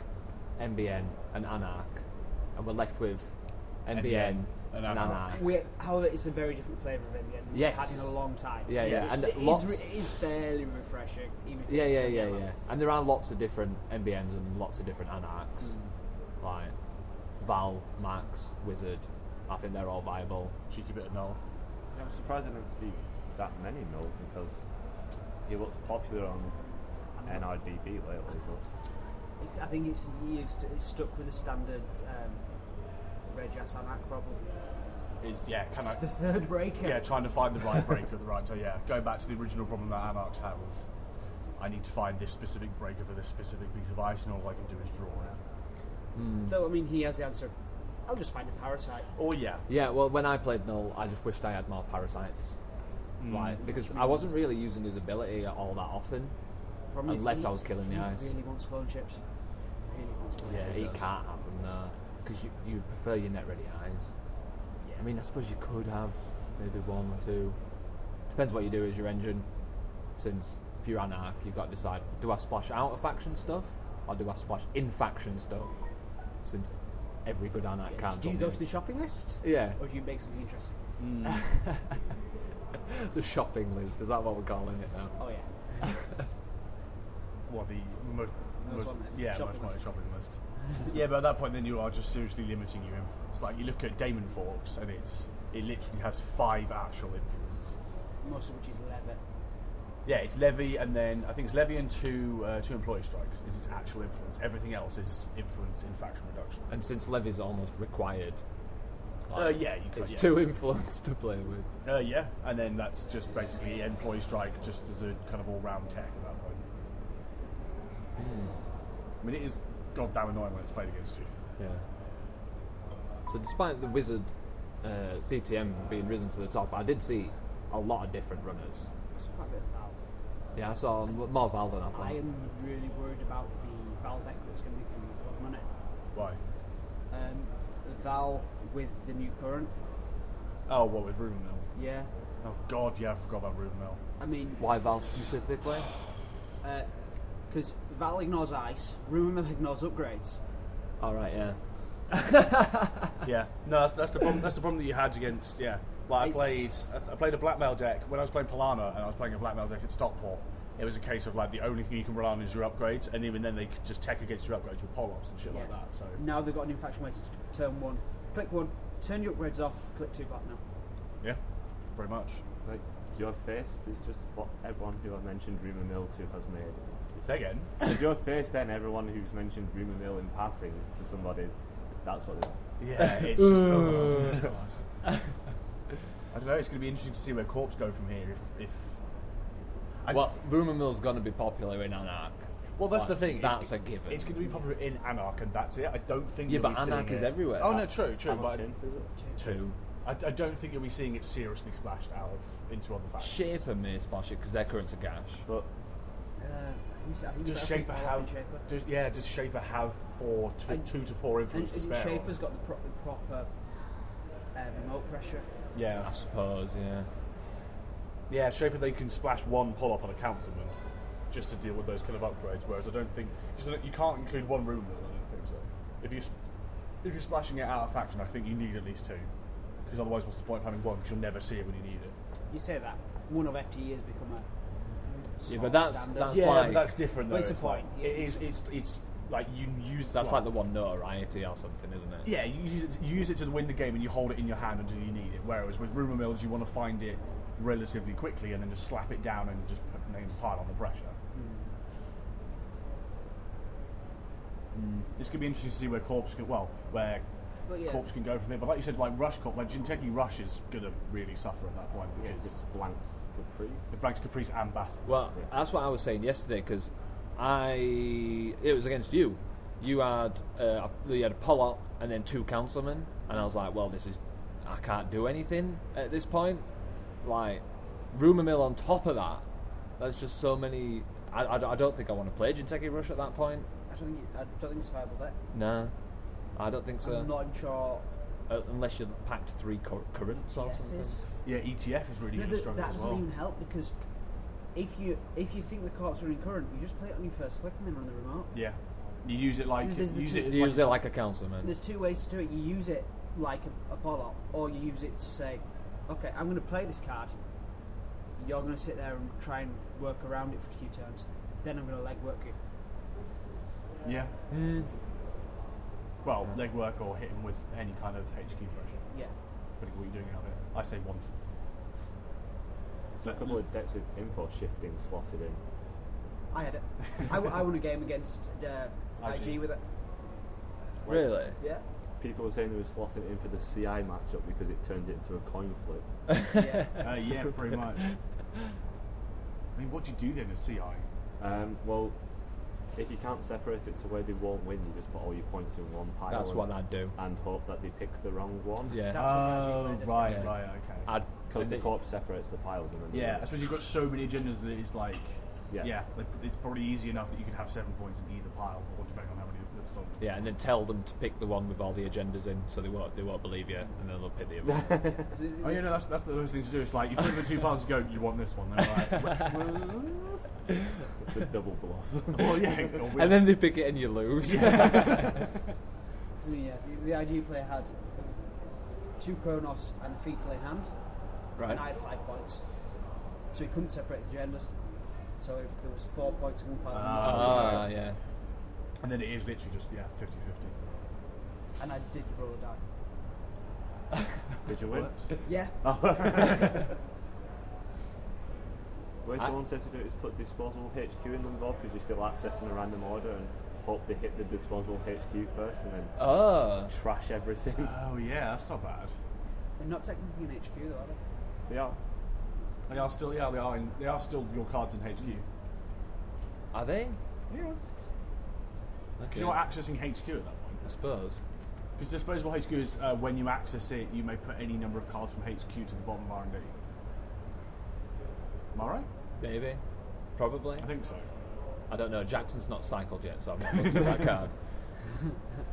[SPEAKER 4] MBN and Anarch, and we're left with MBN, and
[SPEAKER 5] and
[SPEAKER 4] Anarch.
[SPEAKER 5] Anarch.
[SPEAKER 7] We, however, it's a very different flavour of Indian than
[SPEAKER 4] Yes.
[SPEAKER 7] we've had in a long time.
[SPEAKER 4] Yeah, yeah,
[SPEAKER 7] It's-
[SPEAKER 4] and
[SPEAKER 7] it, is,
[SPEAKER 4] lots-
[SPEAKER 7] re- it is fairly refreshing. Even if
[SPEAKER 4] Yeah,
[SPEAKER 7] it's
[SPEAKER 4] yeah,
[SPEAKER 7] still
[SPEAKER 4] yeah,
[SPEAKER 7] yellow.
[SPEAKER 4] yeah. And there are lots of different MBNs and lots of different Anarchs, like Val, Max, Wizard. I think they're all viable.
[SPEAKER 5] cheeky bit of null.
[SPEAKER 10] I'm surprised I didn't see that many null because he looked popular on NRDB lately. But
[SPEAKER 7] It's, I think it's, used, it's stuck with the standard um, Regia Sanak problem. It's,
[SPEAKER 5] Is yeah, can I,
[SPEAKER 7] the third breaker.
[SPEAKER 5] yeah, trying to find the right breaker at the right time. Yeah, going back to the original problem that Anarchs had was, I need to find this specific breaker for this specific piece of ice, and all I can do is draw. Yeah.
[SPEAKER 7] Though I mean, he has the answer. of, I'll just find a parasite.
[SPEAKER 5] Or yeah,
[SPEAKER 4] Yeah, well, when I played Null, I just wished I had more parasites.
[SPEAKER 5] Mm.
[SPEAKER 4] Like, because I wasn't really using his ability all that often.
[SPEAKER 7] Problem is,
[SPEAKER 4] Unless
[SPEAKER 7] he-
[SPEAKER 4] I was killing the
[SPEAKER 7] he
[SPEAKER 4] ice.
[SPEAKER 7] Really wants clone chips. Really wants clone
[SPEAKER 4] Yeah, he
[SPEAKER 7] chips.
[SPEAKER 4] can't have them there. Because you, you prefer your net ready eyes. I mean, I suppose you could have maybe one or two. Depends what you do as your engine. Since if you're Anarch, you've got to decide do I splash out of faction stuff or do I splash in faction stuff? Since every good Anarch can.
[SPEAKER 7] Do you go to the Oh, shopping list,
[SPEAKER 4] Yeah,
[SPEAKER 7] or do you make something interesting?
[SPEAKER 4] the shopping list. Is that what we're calling it now?
[SPEAKER 7] Oh yeah.
[SPEAKER 5] what the most, most
[SPEAKER 7] one list.
[SPEAKER 5] yeah
[SPEAKER 7] Shopping
[SPEAKER 5] most wanted
[SPEAKER 7] list.
[SPEAKER 5] shopping list. yeah, but at that point, then you are just seriously limiting your influence. Like you look at Damon Forks, and it's it literally has five actual influence.
[SPEAKER 7] Most of which is leather.
[SPEAKER 5] Yeah, it's Levy, and then I think it's Levy and two uh, two employee strikes is its actual influence. Everything else is influence in faction reduction.
[SPEAKER 4] And since Levy's almost required,
[SPEAKER 5] Uh, yeah, you could.
[SPEAKER 4] it's
[SPEAKER 5] yeah.
[SPEAKER 4] too influenced to play with.
[SPEAKER 5] Uh, yeah, and then that's just basically employee strike, just as a kind of all round tech at that point. Hmm. I mean, it is goddamn annoying when it's played against you.
[SPEAKER 4] Yeah. So despite the wizard uh, CTM being risen to the top, I did see a lot of different runners.
[SPEAKER 7] That's quite a bit of Val.
[SPEAKER 4] Yeah, I saw m- more Val than I thought.
[SPEAKER 7] I am really worried about the Val deck that's going to be coming with Blood Money.
[SPEAKER 5] Why?
[SPEAKER 7] Um, Val with the new current.
[SPEAKER 5] Oh, what with rumor mill?
[SPEAKER 7] Yeah.
[SPEAKER 5] Oh god, yeah, I forgot about rumor mill.
[SPEAKER 7] I mean,
[SPEAKER 4] Why Val specifically?
[SPEAKER 7] because Val ignores ice, Rumor Mill ignores upgrades.
[SPEAKER 4] All right, yeah.
[SPEAKER 5] Yeah, no, that's, that's the problem. That's the problem that you had against. Yeah, like I played,
[SPEAKER 7] It's-
[SPEAKER 5] I I played a blackmail deck when I was playing Polana, and I was playing a blackmail deck at Stockport. It was a case of like the only thing you can rely on is your upgrades, and even then they could just tech against your upgrades with polyps and shit like
[SPEAKER 7] Yeah.
[SPEAKER 5] that. So
[SPEAKER 7] Now they've got an infection way to turn one. Click one, turn your upgrades off, click two back now.
[SPEAKER 5] yeah, very much.
[SPEAKER 10] like, your face is just what everyone who I mentioned Rumor Mill to has made. It's,
[SPEAKER 5] Say again.
[SPEAKER 10] it's- if your face, then everyone who's mentioned Rumor Mill in passing to somebody, that's what. It,
[SPEAKER 5] Yeah, it's just. oh, God. I don't know. It's going to be interesting to see where corps go from here. If, if
[SPEAKER 4] well, rumor mill's going to be popular in Anarch.
[SPEAKER 5] Well, that's
[SPEAKER 4] Like,
[SPEAKER 5] the thing.
[SPEAKER 4] That's
[SPEAKER 5] it's,
[SPEAKER 4] a given.
[SPEAKER 5] It's going to be popular in Anarch, and that's it. I don't think.
[SPEAKER 4] Yeah,
[SPEAKER 5] you'll
[SPEAKER 4] but
[SPEAKER 5] be seeing
[SPEAKER 4] Anarch is
[SPEAKER 5] it-
[SPEAKER 4] everywhere.
[SPEAKER 5] Oh no, true, true.
[SPEAKER 4] Anarch's
[SPEAKER 5] But
[SPEAKER 4] in,
[SPEAKER 7] is it?
[SPEAKER 4] Two.
[SPEAKER 5] I, I don't think you'll be seeing it seriously splashed out of into other factions.
[SPEAKER 4] Shaper may splash it because their currents are gash.
[SPEAKER 10] But
[SPEAKER 7] Uh, he's- I think
[SPEAKER 5] Does
[SPEAKER 7] he's
[SPEAKER 5] Shaper
[SPEAKER 7] better
[SPEAKER 5] have?
[SPEAKER 7] than Shaper.
[SPEAKER 5] Does, yeah, does Shaper have four, two,
[SPEAKER 7] And-
[SPEAKER 5] two to four
[SPEAKER 7] And
[SPEAKER 5] influence to
[SPEAKER 7] isn't
[SPEAKER 5] spare? on?
[SPEAKER 7] Shaper's got the, pro- the proper uh, remote pressure.
[SPEAKER 5] Yeah,
[SPEAKER 4] I suppose, yeah.
[SPEAKER 5] yeah. Shaper they can splash one pull up on a councilman just to deal with those kind of upgrades. Whereas I don't think because you can't include one room mill. I don't think so. If you s- if you're splashing it out of faction, I think you need at least two. Because otherwise, what's the point of having one? Because you'll never see it when you need it.
[SPEAKER 7] You say that one of FTE has become a
[SPEAKER 4] Yeah,
[SPEAKER 7] sort
[SPEAKER 4] but
[SPEAKER 7] of
[SPEAKER 4] that's
[SPEAKER 7] standard.
[SPEAKER 4] that's
[SPEAKER 5] yeah,
[SPEAKER 4] like
[SPEAKER 5] but that's different. Though.
[SPEAKER 7] What's the
[SPEAKER 5] like-
[SPEAKER 7] point?
[SPEAKER 5] it is. It's. It's like you use.
[SPEAKER 4] that's
[SPEAKER 5] well,
[SPEAKER 4] like the one notoriety or something, isn't it?
[SPEAKER 5] Yeah, you use, it, you use it to win the game, and you hold it in your hand until you need it. Whereas with rumor mills, you want to find it relatively quickly, and then just slap it down and just put name part on the pressure. Mm. It's gonna be interesting to see where corps can well where
[SPEAKER 7] Mm. Well, yeah.
[SPEAKER 5] corps can go from here. But like you said, like rush corps, like Jinteki rush is gonna really suffer at that point because
[SPEAKER 10] Blanks Caprice.
[SPEAKER 5] the Franks Caprice and Battle.
[SPEAKER 4] Well, that's what I was saying yesterday because I it was against you. You had uh, you had a pull up and then two councilmen, and I was like, well, this is I can't do anything at this point. Like rumor mill on top of that. That's just so many. I, I, I don't think I want to play Jinteki Rush at that point.
[SPEAKER 7] I don't think I don't think it's viable there.
[SPEAKER 4] Nah, I don't think so.
[SPEAKER 7] I'm not even sure.
[SPEAKER 4] Uh, unless you packed three cur- currents or
[SPEAKER 7] ETF
[SPEAKER 4] something.
[SPEAKER 7] is.
[SPEAKER 5] Yeah, ETF is really
[SPEAKER 7] No,
[SPEAKER 5] gonna
[SPEAKER 7] that,
[SPEAKER 5] struggle
[SPEAKER 7] that
[SPEAKER 5] as
[SPEAKER 7] doesn't
[SPEAKER 5] well.
[SPEAKER 7] even help because if you if you think the cards are recurrent, you just play it on your first click and then run the remote.
[SPEAKER 5] Yeah, you use it like
[SPEAKER 7] There's the
[SPEAKER 5] use
[SPEAKER 7] two-
[SPEAKER 5] it
[SPEAKER 4] You
[SPEAKER 5] like
[SPEAKER 4] use it like a councilman.
[SPEAKER 7] There's two ways to do it. You use it like a, a bollock, or you use it to say, okay, I'm going to play this card. You're going to sit there and try and work around it for a few turns. Then I'm going to legwork it.
[SPEAKER 5] Yeah. Well, legwork or hit him with any kind of HQ pressure.
[SPEAKER 7] Yeah.
[SPEAKER 5] Depending what you're doing out of it. I say one.
[SPEAKER 10] So a couple of decks with info shifting slotted in.
[SPEAKER 7] I had it. I, w- I won a game against uh,
[SPEAKER 5] IG.
[SPEAKER 7] IG with it.
[SPEAKER 4] really?
[SPEAKER 7] Yeah.
[SPEAKER 10] People were saying they were slotting it in for the CI matchup because it turns it into a coin flip.
[SPEAKER 7] yeah.
[SPEAKER 5] Uh, yeah, pretty much. I mean, what do you do then as CI?
[SPEAKER 10] Um, well, if you can't separate it to where they won't win, you just put all your points in one pile.
[SPEAKER 4] That's
[SPEAKER 10] and,
[SPEAKER 4] what I'd do.
[SPEAKER 10] And hope that they pick the wrong one.
[SPEAKER 4] Yeah.
[SPEAKER 7] That's what IG played, I think.
[SPEAKER 5] right,
[SPEAKER 4] Yeah.
[SPEAKER 5] right, okay.
[SPEAKER 4] I'd
[SPEAKER 10] Because
[SPEAKER 4] I'd-
[SPEAKER 10] the corp separates the piles and then. they
[SPEAKER 5] yeah,
[SPEAKER 10] win.
[SPEAKER 5] I suppose you've got so many agendas that it's like, yeah,
[SPEAKER 10] Yeah.
[SPEAKER 5] like, it's probably easy enough that you could have seven points in either pile, or depending on how many have stolen.
[SPEAKER 4] Yeah, and then tell them to pick the one with all the agendas in, so they won't they won't believe you, and then they'll pick the other. one.
[SPEAKER 5] Oh, yeah, no, that's, that's the worst thing to do. It's like, you put the two piles and go, you want this one. They're like,
[SPEAKER 10] The double bluff.
[SPEAKER 5] well, yeah. or we-
[SPEAKER 4] and then they pick it and you lose.
[SPEAKER 7] So, yeah, the, the IG player had two Kronos and a fetal in hand,
[SPEAKER 4] Right.
[SPEAKER 7] and I had five points. So he couldn't separate the genders. So it, there was four points in one pile,
[SPEAKER 4] Ah, yeah.
[SPEAKER 5] and then it is literally just, yeah, 50 50.
[SPEAKER 7] and I did roll a die.
[SPEAKER 10] Did you win?
[SPEAKER 7] Yeah.
[SPEAKER 10] Oh. Where someone said to do it is put disposable HQ in them both because you're still accessing a random order and hope they hit the disposable HQ first and then
[SPEAKER 4] Oh,
[SPEAKER 10] trash everything.
[SPEAKER 5] Oh yeah, that's not bad.
[SPEAKER 7] They're not technically an HQ though, are they?
[SPEAKER 10] yeah.
[SPEAKER 5] They are still yeah they are in, they are still your cards in HQ.
[SPEAKER 4] are they?
[SPEAKER 5] Yeah,
[SPEAKER 4] Okay.
[SPEAKER 5] because you're not accessing HQ at that point.
[SPEAKER 4] I suppose.
[SPEAKER 5] Because disposable HQ is uh, when you access it, you may put any number of cards from HQ to the bottom of R and D. Am I right?
[SPEAKER 4] Maybe. Probably.
[SPEAKER 5] I think so.
[SPEAKER 4] I don't know. Jackson's not cycled yet, so I've not looked at that card.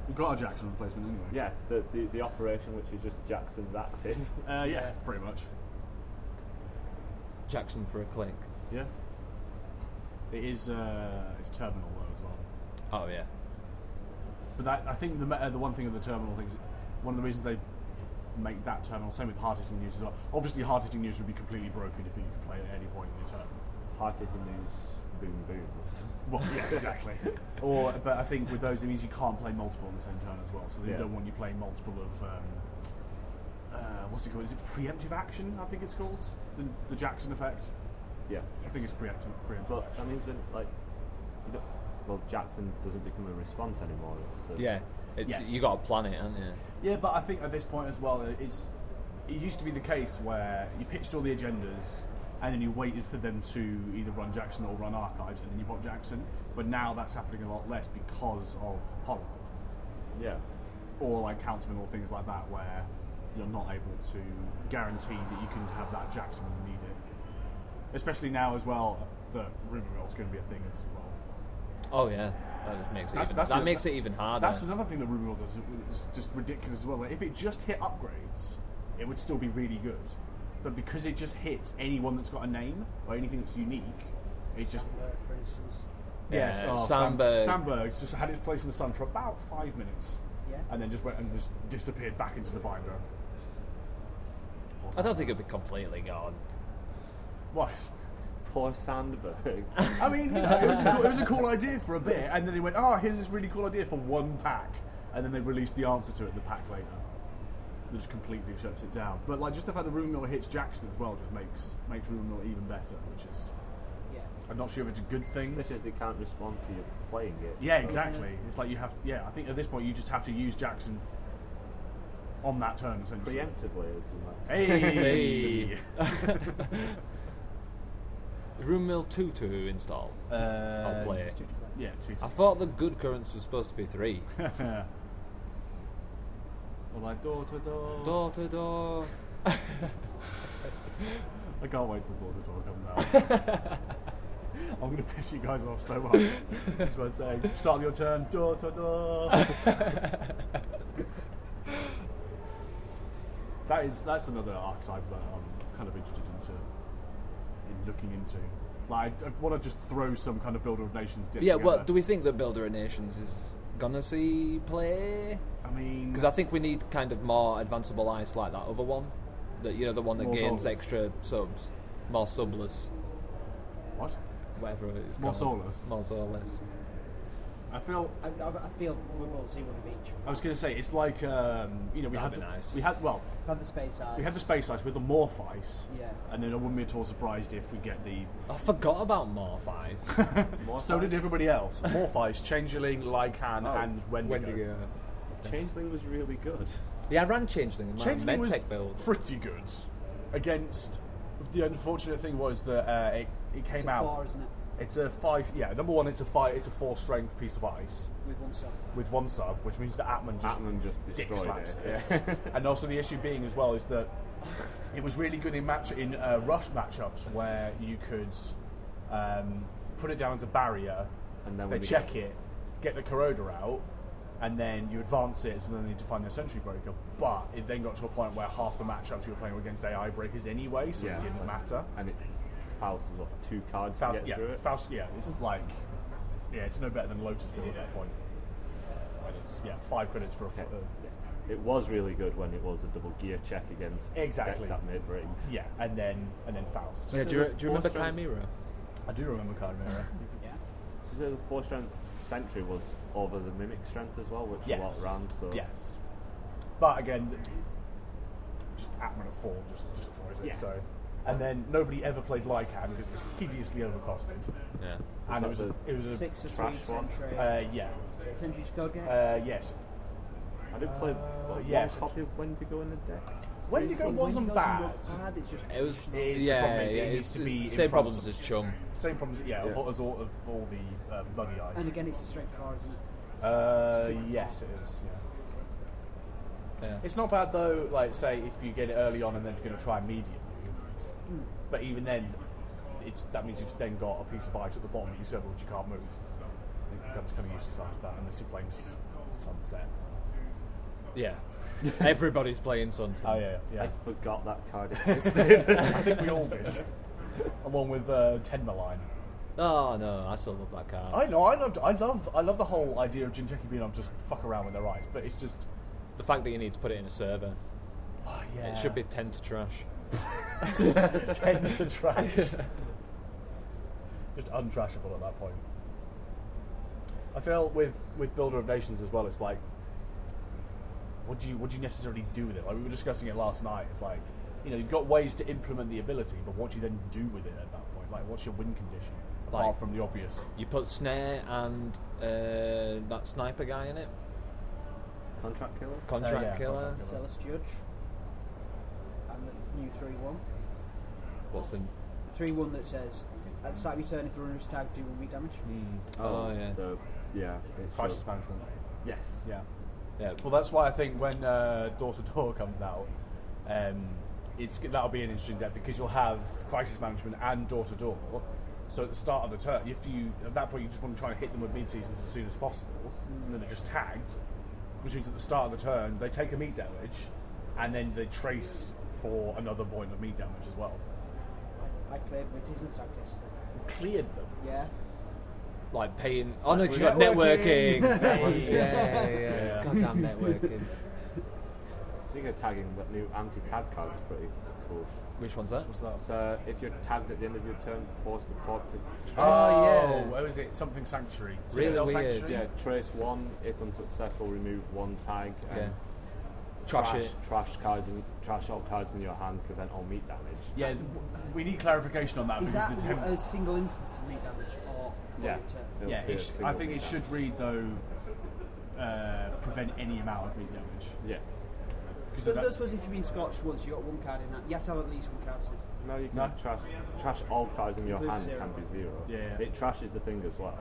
[SPEAKER 5] We've got our Jackson replacement anyway.
[SPEAKER 10] Yeah, the, the, the operation which is just Jackson's active.
[SPEAKER 5] Uh, yeah, pretty much.
[SPEAKER 4] Jackson for a click.
[SPEAKER 5] Yeah. It is. Uh, it's terminal though as well.
[SPEAKER 4] Oh yeah.
[SPEAKER 5] But that, I think the me- uh, the one thing of the terminal thing is one of the reasons they make that terminal. Same with hard hitting news as well. Obviously, hard hitting news would be completely broken if you could play at any point in the terminal.
[SPEAKER 10] Hard hitting news, boom booms.
[SPEAKER 5] Well, yeah, exactly. or, but I think with those, it means you can't play multiple on the same turn as well. So they
[SPEAKER 10] Yeah.
[SPEAKER 5] don't want you playing multiple of. Um, uh, what's it called? Is it preemptive action? I think it's called the, the Jackson effect.
[SPEAKER 10] Yeah.
[SPEAKER 5] I think it's preemptive. preemptive
[SPEAKER 10] But
[SPEAKER 5] action.
[SPEAKER 10] that means that like you don't, well Jackson doesn't become a response anymore. It's a,
[SPEAKER 4] Yeah. It's,
[SPEAKER 5] Yes.
[SPEAKER 4] You got a planet, haven't you?
[SPEAKER 5] Yeah, but I think at this point as well, it's it used to be the case where you pitched all the agendas, and then you waited for them to either run Jackson or run Archives, and then you pop Jackson. But now that's happening a lot less because of Pollard.
[SPEAKER 10] Yeah.
[SPEAKER 5] Or like Councilman or things like that, where you're not able to guarantee that you can have that Jackson when you need it. Especially now as well, that rumour mill's going to be a thing as well.
[SPEAKER 4] Oh yeah, that just makes it
[SPEAKER 5] That's-
[SPEAKER 4] even,
[SPEAKER 5] that's
[SPEAKER 4] that
[SPEAKER 5] a-
[SPEAKER 4] makes it even harder.
[SPEAKER 5] That's another thing that Rumour does. is- It's just ridiculous as well. Like, if it just hit upgrades, it would still be really good. But because it just hits anyone that's got a name or anything that's unique, it just
[SPEAKER 9] for instance.
[SPEAKER 5] yeah.
[SPEAKER 4] Yeah,
[SPEAKER 5] oh,
[SPEAKER 4] Sandberg.
[SPEAKER 5] Sam, Sandberg just had its place in the sun for about five minutes,
[SPEAKER 9] Yeah.
[SPEAKER 5] and then just went and just disappeared back into the binder.
[SPEAKER 4] I don't think it'd be completely gone.
[SPEAKER 5] What?
[SPEAKER 10] Poor Sandberg.
[SPEAKER 5] I mean, you know, it, was a cool, it was a cool idea for a bit, and then they went, "Oh, here's this really cool idea for one pack," and then they released the answer to it in the pack later. It just completely shuts it down. But like, just the fact that Room Mill hits Jackson as well just makes makes Room Mill even better, which is
[SPEAKER 9] Yeah.
[SPEAKER 5] I'm not sure if it's a good thing.
[SPEAKER 10] this is they can't respond to you playing it.
[SPEAKER 5] Yeah, exactly. It's like you have. Yeah, I think at this point you just have to use Jackson on that turn essentially.
[SPEAKER 10] Preemptively, as you might say.
[SPEAKER 5] Hey.
[SPEAKER 4] Room mill two to install.
[SPEAKER 5] Uh,
[SPEAKER 4] I'll play it.
[SPEAKER 5] Yeah, two.
[SPEAKER 4] I thought the good currents was supposed to be three.
[SPEAKER 5] Or like door to door.
[SPEAKER 4] door to door.
[SPEAKER 5] I can't wait till Door to Door comes out. I'm going to piss you guys off so much. That's what I say. Start your turn, Door to Door. that is that's another archetype that I'm kind of interested into, in looking into. Like, I want to just throw some kind of Builder of Nations. dip
[SPEAKER 4] yeah, well,
[SPEAKER 5] together.
[SPEAKER 4] do we think that Builder of Nations is gonna see play?
[SPEAKER 5] I mean,
[SPEAKER 4] Because I think we need kind of more advanceable ice like that other one, that you know the one that
[SPEAKER 5] More
[SPEAKER 4] gains
[SPEAKER 5] soulless.
[SPEAKER 4] extra subs, more subless,
[SPEAKER 5] what?
[SPEAKER 4] whatever it's
[SPEAKER 5] More
[SPEAKER 4] called.
[SPEAKER 5] soulless.
[SPEAKER 4] More soulless.
[SPEAKER 5] I feel
[SPEAKER 9] I, I, I feel we will see one of each.
[SPEAKER 5] I was going to say it's like um, you know we
[SPEAKER 4] That'd
[SPEAKER 5] had
[SPEAKER 4] be
[SPEAKER 5] the-
[SPEAKER 4] nice.
[SPEAKER 5] we had well
[SPEAKER 9] We've had the space ice.
[SPEAKER 5] we had the space ice with the morph ice.
[SPEAKER 9] Yeah.
[SPEAKER 5] And then I wouldn't be at all surprised if we get the
[SPEAKER 4] I forgot about morph ice.
[SPEAKER 10] More
[SPEAKER 5] So did
[SPEAKER 10] ice.
[SPEAKER 5] everybody else. Morphice, Changeling, Lycan,
[SPEAKER 10] Oh,
[SPEAKER 5] and Wendigo.
[SPEAKER 10] Changeling was really good.
[SPEAKER 4] yeah, I ran Changeling in my
[SPEAKER 5] Changeling was
[SPEAKER 4] medtech build.
[SPEAKER 5] pretty good. Against the unfortunate thing was that uh, it, it came
[SPEAKER 9] It's a
[SPEAKER 5] out.
[SPEAKER 9] four, isn't it?
[SPEAKER 5] It's a five. Yeah, number one, it's a five. It's a four strength piece of ice
[SPEAKER 9] With one sub.
[SPEAKER 5] with one sub, which means that Atman just
[SPEAKER 10] Atman just
[SPEAKER 5] dick
[SPEAKER 10] destroyed
[SPEAKER 5] slaps
[SPEAKER 10] it.
[SPEAKER 5] it. and also the issue being as well is that it was really good in match in uh, rush matchups where you could um, put it down as a barrier,
[SPEAKER 10] And then
[SPEAKER 5] they
[SPEAKER 10] when you
[SPEAKER 5] check it, get the corroder out, and then you advance it, so then they need to find their century breaker. But it then got to a point where half the matchups you were playing were against AI breakers anyway, so
[SPEAKER 10] Yeah.
[SPEAKER 5] it didn't matter.
[SPEAKER 10] And it, Faust was what two cards
[SPEAKER 5] Faust,
[SPEAKER 10] to get
[SPEAKER 5] yeah,
[SPEAKER 10] through it.
[SPEAKER 5] Faust, yeah, this is like, yeah, it's no better than Lotusville at that point. And it's yeah, five credits for a. f- uh,
[SPEAKER 10] It was really good when it was a double gear check against
[SPEAKER 5] Exactly.
[SPEAKER 10] decks that made rings.
[SPEAKER 5] Yeah, and then and then Faust.
[SPEAKER 4] Yeah, do you,
[SPEAKER 10] This is
[SPEAKER 4] do you remember
[SPEAKER 10] a four strength-
[SPEAKER 4] Chimera?
[SPEAKER 5] I do remember Chimera.
[SPEAKER 9] Yeah.
[SPEAKER 10] So the four strength sentry was over the mimic strength as well, which a lot
[SPEAKER 5] yes.
[SPEAKER 10] ran. So
[SPEAKER 5] Yes. But again, th- just Atman at four just just destroys it.
[SPEAKER 10] Yeah.
[SPEAKER 5] So, and then nobody ever played Lycan because it was hideously overcosted,
[SPEAKER 4] Yeah.
[SPEAKER 5] and it
[SPEAKER 10] that
[SPEAKER 5] was a,
[SPEAKER 10] the
[SPEAKER 5] it was a
[SPEAKER 9] Six for three
[SPEAKER 10] trash one.
[SPEAKER 9] century.
[SPEAKER 5] uh, yeah,
[SPEAKER 9] Century's code game?
[SPEAKER 5] uh, yes.
[SPEAKER 10] I did play what,
[SPEAKER 5] yeah,
[SPEAKER 10] one
[SPEAKER 5] so-
[SPEAKER 10] copy of Wendigo in the deck.
[SPEAKER 5] Wendigo wasn't bad.
[SPEAKER 9] It's just
[SPEAKER 4] It was.
[SPEAKER 5] It is the
[SPEAKER 4] yeah,
[SPEAKER 5] problem is it
[SPEAKER 4] yeah,
[SPEAKER 5] needs
[SPEAKER 4] it's
[SPEAKER 5] to
[SPEAKER 4] the
[SPEAKER 5] be in
[SPEAKER 4] same
[SPEAKER 5] front
[SPEAKER 4] problems
[SPEAKER 5] of-
[SPEAKER 4] as Chum.
[SPEAKER 5] Same problems, yeah,
[SPEAKER 10] Yeah.
[SPEAKER 5] As all, of all the uh, bloody ice.
[SPEAKER 9] And again, it's a strength four, isn't it?
[SPEAKER 5] uh, yes, it is. Yeah.
[SPEAKER 4] Yeah.
[SPEAKER 5] It's not bad though, like say if you get it early on and then you're going to try medium. But even then, it's that means you've then got a piece of ice at the bottom of your server which you can't move. It becomes kind of useless after that unless you're playing s- Sunset.
[SPEAKER 4] Yeah. Everybody's playing Sunset.
[SPEAKER 5] Oh yeah,
[SPEAKER 10] I
[SPEAKER 5] yeah.
[SPEAKER 10] forgot that card existed.
[SPEAKER 5] I think we all did, along with uh, Tenmaline.
[SPEAKER 4] Oh no, I still love that card.
[SPEAKER 5] I know, I loved, I love, I love the whole idea of Jinteki being able to just fuck around with their eyes, but it's just,
[SPEAKER 4] the fact that you need to put it in a server.
[SPEAKER 5] oh, yeah,
[SPEAKER 4] It should be ten to trash.
[SPEAKER 5] ten to trash. Just untrashable at that point. I feel with with Builder of Nations as well. It's like, what do you what do you necessarily do with it? Like we were discussing it last night. It's like, you know, you've got ways to implement the ability, but what do you then do with it at that point? Like, what's your win condition apart
[SPEAKER 4] Like-
[SPEAKER 5] from the obvious?
[SPEAKER 4] You put snare and uh, that sniper guy in it.
[SPEAKER 10] Contract killer.
[SPEAKER 4] Contract
[SPEAKER 5] yeah,
[SPEAKER 4] killer.
[SPEAKER 5] contract killer.
[SPEAKER 9] Zealous Judge. And the new 3 1.
[SPEAKER 4] What's the
[SPEAKER 9] The
[SPEAKER 7] three one that says at the start of your turn, if the runner is tagged, do one weak damage.
[SPEAKER 5] Hmm.
[SPEAKER 10] Oh, yeah. So, yeah. it's
[SPEAKER 5] Crisis
[SPEAKER 10] so-
[SPEAKER 5] management.
[SPEAKER 10] Yes.
[SPEAKER 5] Yeah.
[SPEAKER 4] Yeah.
[SPEAKER 5] Well, that's why I think when uh, Door to Door comes out, um, it's that'll be an interesting deck because you'll have crisis management and Door to Door. So at the start of the turn, if you at that point you just want to try and hit them with mid seasons as soon as possible, and then they're just tagged, which means at the start of the turn they take a meat damage, and then they trace for another point of meat damage as well.
[SPEAKER 7] I cleared my season sack yesterday.
[SPEAKER 5] Cleared them.
[SPEAKER 7] Yeah.
[SPEAKER 4] Like paying. Oh no, 'cause you got
[SPEAKER 10] Networking.
[SPEAKER 4] networking. Hey, yeah, yeah, yeah.
[SPEAKER 10] Yeah.
[SPEAKER 4] Goddamn networking.
[SPEAKER 10] Speaking of tagging, that new anti tag card's pretty cool.
[SPEAKER 4] Which one's that?
[SPEAKER 10] So, if you're tagged at the end of your turn, force the prop to trace.
[SPEAKER 4] Oh,
[SPEAKER 5] Where was it? Something Sanctuary.
[SPEAKER 4] Really
[SPEAKER 5] Citadel
[SPEAKER 4] weird.
[SPEAKER 5] Sanctuary?
[SPEAKER 10] Yeah, trace one. If unsuccessful, remove one tag. And
[SPEAKER 4] Yeah. Trash
[SPEAKER 10] Trash,
[SPEAKER 4] it.
[SPEAKER 10] trash cards and trash all cards in your hand. Prevent all meat damage.
[SPEAKER 5] Yeah, th- we need clarification on that
[SPEAKER 7] Is
[SPEAKER 5] because
[SPEAKER 7] that
[SPEAKER 5] the temp-
[SPEAKER 7] a single instance of meat damage or for
[SPEAKER 10] Yeah.
[SPEAKER 7] your turn?
[SPEAKER 10] It'll
[SPEAKER 5] yeah,
[SPEAKER 10] be a
[SPEAKER 5] it sh- I
[SPEAKER 10] single
[SPEAKER 5] think
[SPEAKER 10] meat
[SPEAKER 5] it should read though. Uh, prevent any amount of meat damage.
[SPEAKER 10] damage.
[SPEAKER 5] Because
[SPEAKER 7] So I suppose if you've been scotched once, you got one card in that. You have to have at least one card.
[SPEAKER 10] Yeah. No, you can
[SPEAKER 5] No?
[SPEAKER 10] trash trash all cards in your
[SPEAKER 7] Includes
[SPEAKER 10] hand.
[SPEAKER 7] zero. Hmm.
[SPEAKER 10] Can be zero.
[SPEAKER 5] Yeah, yeah.
[SPEAKER 10] It trashes the thing as well.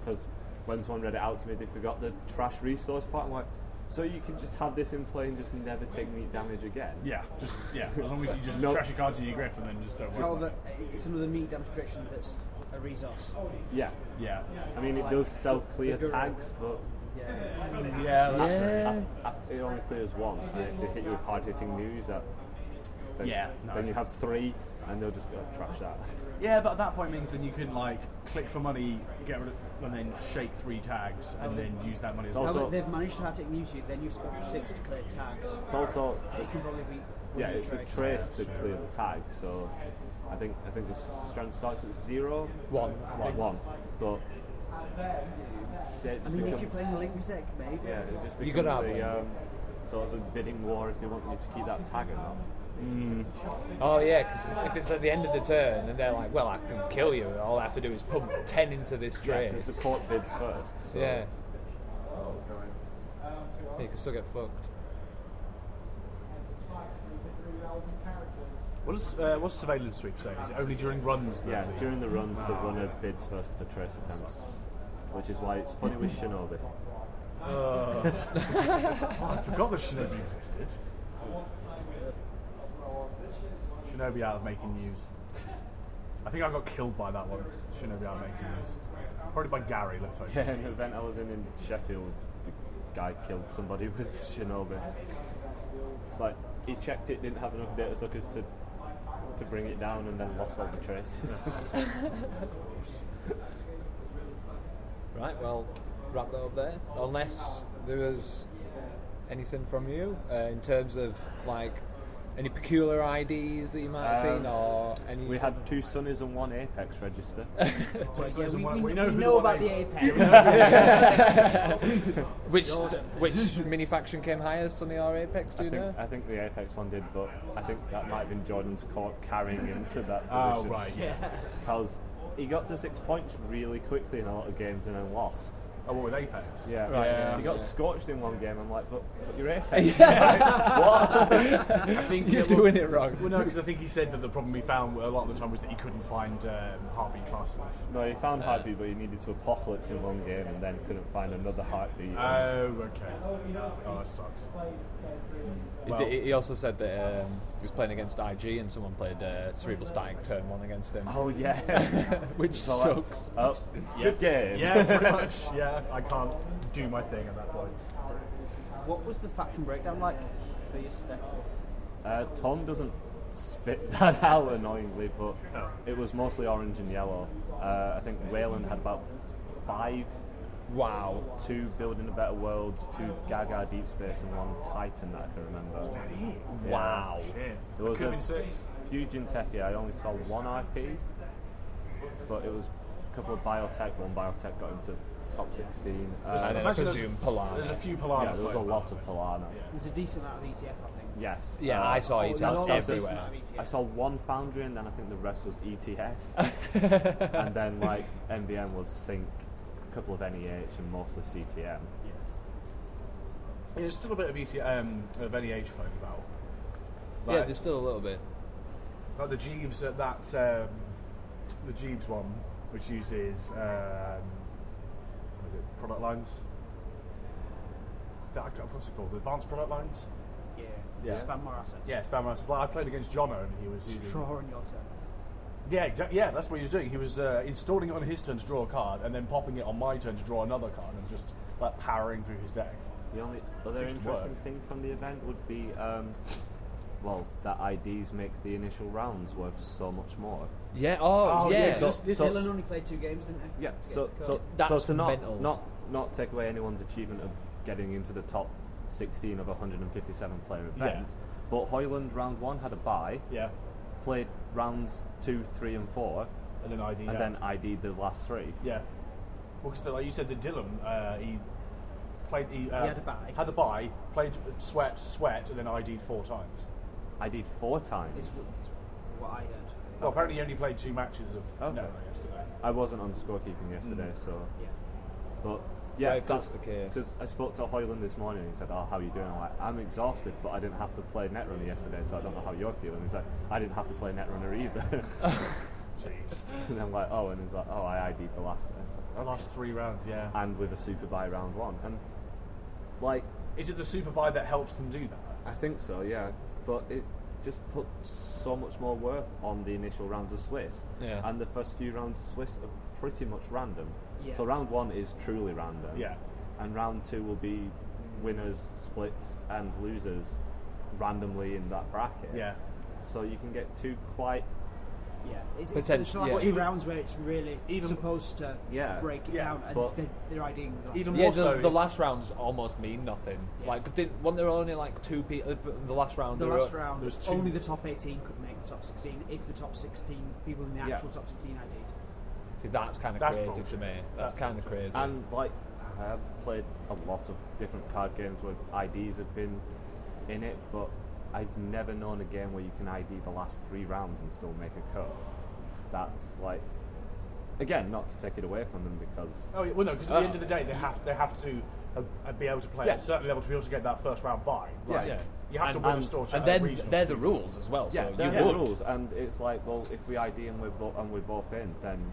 [SPEAKER 10] Because when someone read it out to me, they forgot the trash resource part. I'm like, so you can just have this in play and just never take meat damage again.
[SPEAKER 5] yeah, just yeah. As long as you just
[SPEAKER 10] No.
[SPEAKER 5] trash your cards in your grip and then just don't waste
[SPEAKER 7] However,
[SPEAKER 5] them.
[SPEAKER 7] i- it's another meat damage prediction that's a resource.
[SPEAKER 10] Yeah.
[SPEAKER 5] Yeah,
[SPEAKER 10] I mean, it does sell clear
[SPEAKER 7] The guru.
[SPEAKER 10] tags, but
[SPEAKER 7] Yeah.
[SPEAKER 5] yeah, that's
[SPEAKER 10] I- I- I- it only clears one. And if they hit you with hard hitting news, that then,
[SPEAKER 5] Yeah, no.
[SPEAKER 10] then you have three, and they'll just go trash that.
[SPEAKER 5] yeah. But at that point means then you can like click for money, get rid of, and then shake three tags and then use that money. as
[SPEAKER 10] So-
[SPEAKER 7] Now
[SPEAKER 5] well.
[SPEAKER 7] that
[SPEAKER 10] Also-
[SPEAKER 7] they've managed to hard take news you, then you've spent six to clear tags.
[SPEAKER 10] It's also
[SPEAKER 7] So it can probably be.
[SPEAKER 10] yeah, it's a trace to clear the tag. So I think I think the strength starts at zero.
[SPEAKER 4] One.
[SPEAKER 10] One. one. But yeah, it
[SPEAKER 7] I
[SPEAKER 10] just
[SPEAKER 7] mean, if
[SPEAKER 10] becomes,
[SPEAKER 7] you're playing Link Tech, maybe.
[SPEAKER 10] yeah, it just
[SPEAKER 4] You
[SPEAKER 10] becomes
[SPEAKER 4] gotta have
[SPEAKER 10] a um, sort of a bidding war if they want you to keep that tag or not.
[SPEAKER 4] Oh yeah, because if it's at the end of the turn and they're like, "Well, I can kill you. All I have to do is pump ten into this
[SPEAKER 10] Yeah,
[SPEAKER 4] drain."
[SPEAKER 10] 'cause the court bids first. So.
[SPEAKER 4] Yeah. Yeah, you can still get fucked.
[SPEAKER 5] What does uh, what's surveillance sweep say? Is it only during runs? that
[SPEAKER 10] Yeah,
[SPEAKER 5] we-
[SPEAKER 10] during the run, the runner bids first for trace attempts, which is why it's funny with Shinobi.
[SPEAKER 5] Oh, I forgot that Shinobi existed. Shinobi out of making news. I think I got killed by that once. Shinobi out of making news. Probably by Gary, let's face
[SPEAKER 10] Yeah,
[SPEAKER 5] it.
[SPEAKER 10] an event I was in in Sheffield, the guy killed somebody with Shinobi. It's like he checked it, didn't have enough data suckers to to bring it down, and then lost all the traces.
[SPEAKER 4] Right. Well, wrap that up there. Unless there was anything from you uh, in terms of like any peculiar IDs that you might have
[SPEAKER 10] Um,
[SPEAKER 4] seen or any.
[SPEAKER 10] we had two Sunnies and one Apex register.
[SPEAKER 7] Yeah, we, we, we
[SPEAKER 5] know
[SPEAKER 7] know,
[SPEAKER 5] who the
[SPEAKER 7] about
[SPEAKER 5] one
[SPEAKER 7] the
[SPEAKER 5] is.
[SPEAKER 7] Apex.
[SPEAKER 4] which which mini faction came higher, Sunny or Apex? Do
[SPEAKER 10] I
[SPEAKER 4] you know?
[SPEAKER 10] think, I think the Apex one did, but I think that might have been Jordan's court carrying him to that position.
[SPEAKER 5] Oh, right, yeah.
[SPEAKER 10] Because he got to six points really quickly in a lot of games and then lost.
[SPEAKER 5] Oh, what with Apex?
[SPEAKER 10] Yeah,
[SPEAKER 4] Right, yeah,
[SPEAKER 10] He got
[SPEAKER 4] yeah.
[SPEAKER 10] scorched in one game. I'm like, but, but you're Apex. what?
[SPEAKER 5] I think
[SPEAKER 4] You're
[SPEAKER 5] yeah, well-
[SPEAKER 4] doing it wrong.
[SPEAKER 5] Well, no, because I think he said that the problem he found a lot of the time was that he couldn't find um, Heartbeat Fast Life.
[SPEAKER 10] No, he found
[SPEAKER 4] Uh,
[SPEAKER 10] Heartbeat, but he needed to apocalypse in one game and then couldn't find another Heartbeat.
[SPEAKER 5] Oh,
[SPEAKER 4] Uh,
[SPEAKER 5] okay. Oh, that sucks.
[SPEAKER 4] Is
[SPEAKER 5] Well-
[SPEAKER 4] it, he also said that um, he was playing against IG and someone played uh, Cerebral Static turn one against him,
[SPEAKER 10] oh yeah.
[SPEAKER 4] which
[SPEAKER 10] So, like,
[SPEAKER 4] sucks.
[SPEAKER 10] oh, Good game.
[SPEAKER 5] Yeah, pretty much. Yeah, I can't do my thing at that point.
[SPEAKER 7] what was the faction breakdown like for your step?
[SPEAKER 10] Uh, Tom doesn't spit that out annoyingly, but
[SPEAKER 5] Oh.
[SPEAKER 10] it was mostly orange and yellow. Uh, I think Whalen had about five,
[SPEAKER 4] Wow.
[SPEAKER 10] two Building a Better World, two Gaga Deep Space, and one Titan that I can remember. Yeah.
[SPEAKER 4] Wow.
[SPEAKER 5] Shit.
[SPEAKER 10] There was
[SPEAKER 5] Could have
[SPEAKER 10] a-
[SPEAKER 5] been six.
[SPEAKER 10] Fujin Techie, I only saw one IP, but it was a couple of biotech. One biotech got into top 16. Uh,
[SPEAKER 4] And then I
[SPEAKER 5] Imagine there's-
[SPEAKER 4] presume Polar.
[SPEAKER 5] There's a few Polana.
[SPEAKER 10] yeah, there was a lot of Polana.
[SPEAKER 7] There's a decent amount of ETF, I think.
[SPEAKER 10] Yes.
[SPEAKER 4] Yeah,
[SPEAKER 10] uh,
[SPEAKER 4] I saw
[SPEAKER 7] oh,
[SPEAKER 4] it
[SPEAKER 7] that's- that's-
[SPEAKER 4] everywhere.
[SPEAKER 10] I saw one Foundry, and then I think the rest was ETF. and then like MBM was Sync, a couple of NEH, and mostly CTM.
[SPEAKER 5] Yeah, there's still a bit of ET, um, of NEH floating about.
[SPEAKER 4] yeah,
[SPEAKER 5] Like,
[SPEAKER 4] there's still a little bit.
[SPEAKER 5] Like the Jeeves at that, um, the Jeeves one, which uses um, what is it? Product lines. That, I can't- what's it called? Advanced product lines.
[SPEAKER 7] Yeah. Spam more assets.
[SPEAKER 5] Yeah, spam more assets. Like I played against Jono, and he was using
[SPEAKER 7] Just draw on your turn.
[SPEAKER 5] yeah, exactly. Yeah, that's what he was doing. He was uh, installing it on his turn to draw a card, and then popping it on my turn to draw another card, and just like powering through his deck.
[SPEAKER 10] The only other
[SPEAKER 5] Seems to work.
[SPEAKER 10] interesting thing from the event would be, um, well, that IDs make the initial rounds worth so much more.
[SPEAKER 4] Yeah. Oh, yeah.
[SPEAKER 10] So-
[SPEAKER 7] This, this
[SPEAKER 10] so-
[SPEAKER 7] Dylan only played two games, didn't he?
[SPEAKER 10] Yeah.
[SPEAKER 7] To get
[SPEAKER 10] So,
[SPEAKER 7] to
[SPEAKER 10] so,
[SPEAKER 7] Cardiff.
[SPEAKER 4] That's
[SPEAKER 10] so to not
[SPEAKER 4] mental.
[SPEAKER 10] not not take away anyone's achievement of getting into the top 16 of a 157 player event, but Hoyland round one had a bye,
[SPEAKER 5] Yeah,
[SPEAKER 10] played rounds two, three, and four,
[SPEAKER 5] and then ID.
[SPEAKER 10] and then ID'd the last three.
[SPEAKER 5] Yeah. Well, because like you said, the Dylan, uh, he played. He, uh,
[SPEAKER 7] He had a bye.
[SPEAKER 5] Had a bye. Played swept, swept, and then ID'd four times.
[SPEAKER 10] ID'd four times.
[SPEAKER 7] It's it's what I heard.
[SPEAKER 5] Well, apparently he only played two matches of
[SPEAKER 10] Okay.
[SPEAKER 5] no yesterday.
[SPEAKER 10] I wasn't on scorekeeping
[SPEAKER 7] Mm.
[SPEAKER 10] yesterday, so.
[SPEAKER 7] Yeah.
[SPEAKER 10] But yeah,
[SPEAKER 4] Right, if that's the case.
[SPEAKER 10] Because I spoke to Hoyland this morning and he said, "Oh, how are you doing?" I'm like, "I'm exhausted, but I didn't have to play Netrunner yesterday, so I don't know how you're feeling." He's like, "I didn't have to play Netrunner either."
[SPEAKER 5] Jeez.
[SPEAKER 10] and I'm like, "Oh," and he's like, "Oh, I ID'd the last." And, it's
[SPEAKER 5] The
[SPEAKER 10] like,
[SPEAKER 5] last three rounds, yeah.
[SPEAKER 10] and with a super buy round one, and like
[SPEAKER 5] Is it the super buy that helps them do that?
[SPEAKER 10] I think so, yeah. But it just puts so much more worth on the initial rounds of Swiss.
[SPEAKER 4] Yeah.
[SPEAKER 10] And the first few rounds of Swiss are pretty much random.
[SPEAKER 7] Yeah.
[SPEAKER 10] So round one is truly random.
[SPEAKER 5] Yeah.
[SPEAKER 10] And round two will be winners, splits, and losers randomly in that bracket.
[SPEAKER 5] Yeah.
[SPEAKER 10] So you can get two quite.
[SPEAKER 7] Yeah. It's, it's,
[SPEAKER 4] Potential-
[SPEAKER 7] it's the last
[SPEAKER 4] yeah.
[SPEAKER 7] two
[SPEAKER 4] Even-
[SPEAKER 7] rounds where it's really
[SPEAKER 5] even-
[SPEAKER 7] supposed to
[SPEAKER 10] Yeah,
[SPEAKER 7] break it
[SPEAKER 5] yeah,
[SPEAKER 7] down, and
[SPEAKER 10] but-
[SPEAKER 7] they, they're IDing the last
[SPEAKER 5] Even
[SPEAKER 4] Yeah,
[SPEAKER 5] more
[SPEAKER 4] the,
[SPEAKER 5] so
[SPEAKER 4] the
[SPEAKER 5] is-
[SPEAKER 4] last rounds almost mean nothing. Like, cause didn't, weren't there only like two people? The last round,
[SPEAKER 7] The
[SPEAKER 4] there
[SPEAKER 7] last
[SPEAKER 4] were-
[SPEAKER 7] round,
[SPEAKER 5] there was two-
[SPEAKER 7] only the top 18 could make the top 16 if the top 16 people in the
[SPEAKER 10] Yeah.
[SPEAKER 7] actual top 16 ID'd.
[SPEAKER 4] See, that's kind of
[SPEAKER 5] That's
[SPEAKER 4] crazy to
[SPEAKER 5] bullshit.
[SPEAKER 4] me. That's,
[SPEAKER 5] That's
[SPEAKER 4] kind of crazy.
[SPEAKER 10] And like, I have played a lot of different card games where IDs have been in it, but I've never known a game where you can ID the last three rounds and still make a cut. That's like, again, not to take it away from them because
[SPEAKER 5] Oh yeah, well, no, because at the end of the day, they have they have to uh, uh, be able to play at a
[SPEAKER 10] Yeah.
[SPEAKER 5] certain level to be able to get that first round buy. Like,
[SPEAKER 10] Yeah.
[SPEAKER 5] You have
[SPEAKER 4] And-
[SPEAKER 5] to win
[SPEAKER 10] and-
[SPEAKER 5] a store
[SPEAKER 4] and then they're the rules as well.
[SPEAKER 10] yeah,
[SPEAKER 4] so
[SPEAKER 10] they're
[SPEAKER 4] you
[SPEAKER 10] the
[SPEAKER 4] would.
[SPEAKER 10] rules, and it's like, well, if we ID and we're both and we're both in, then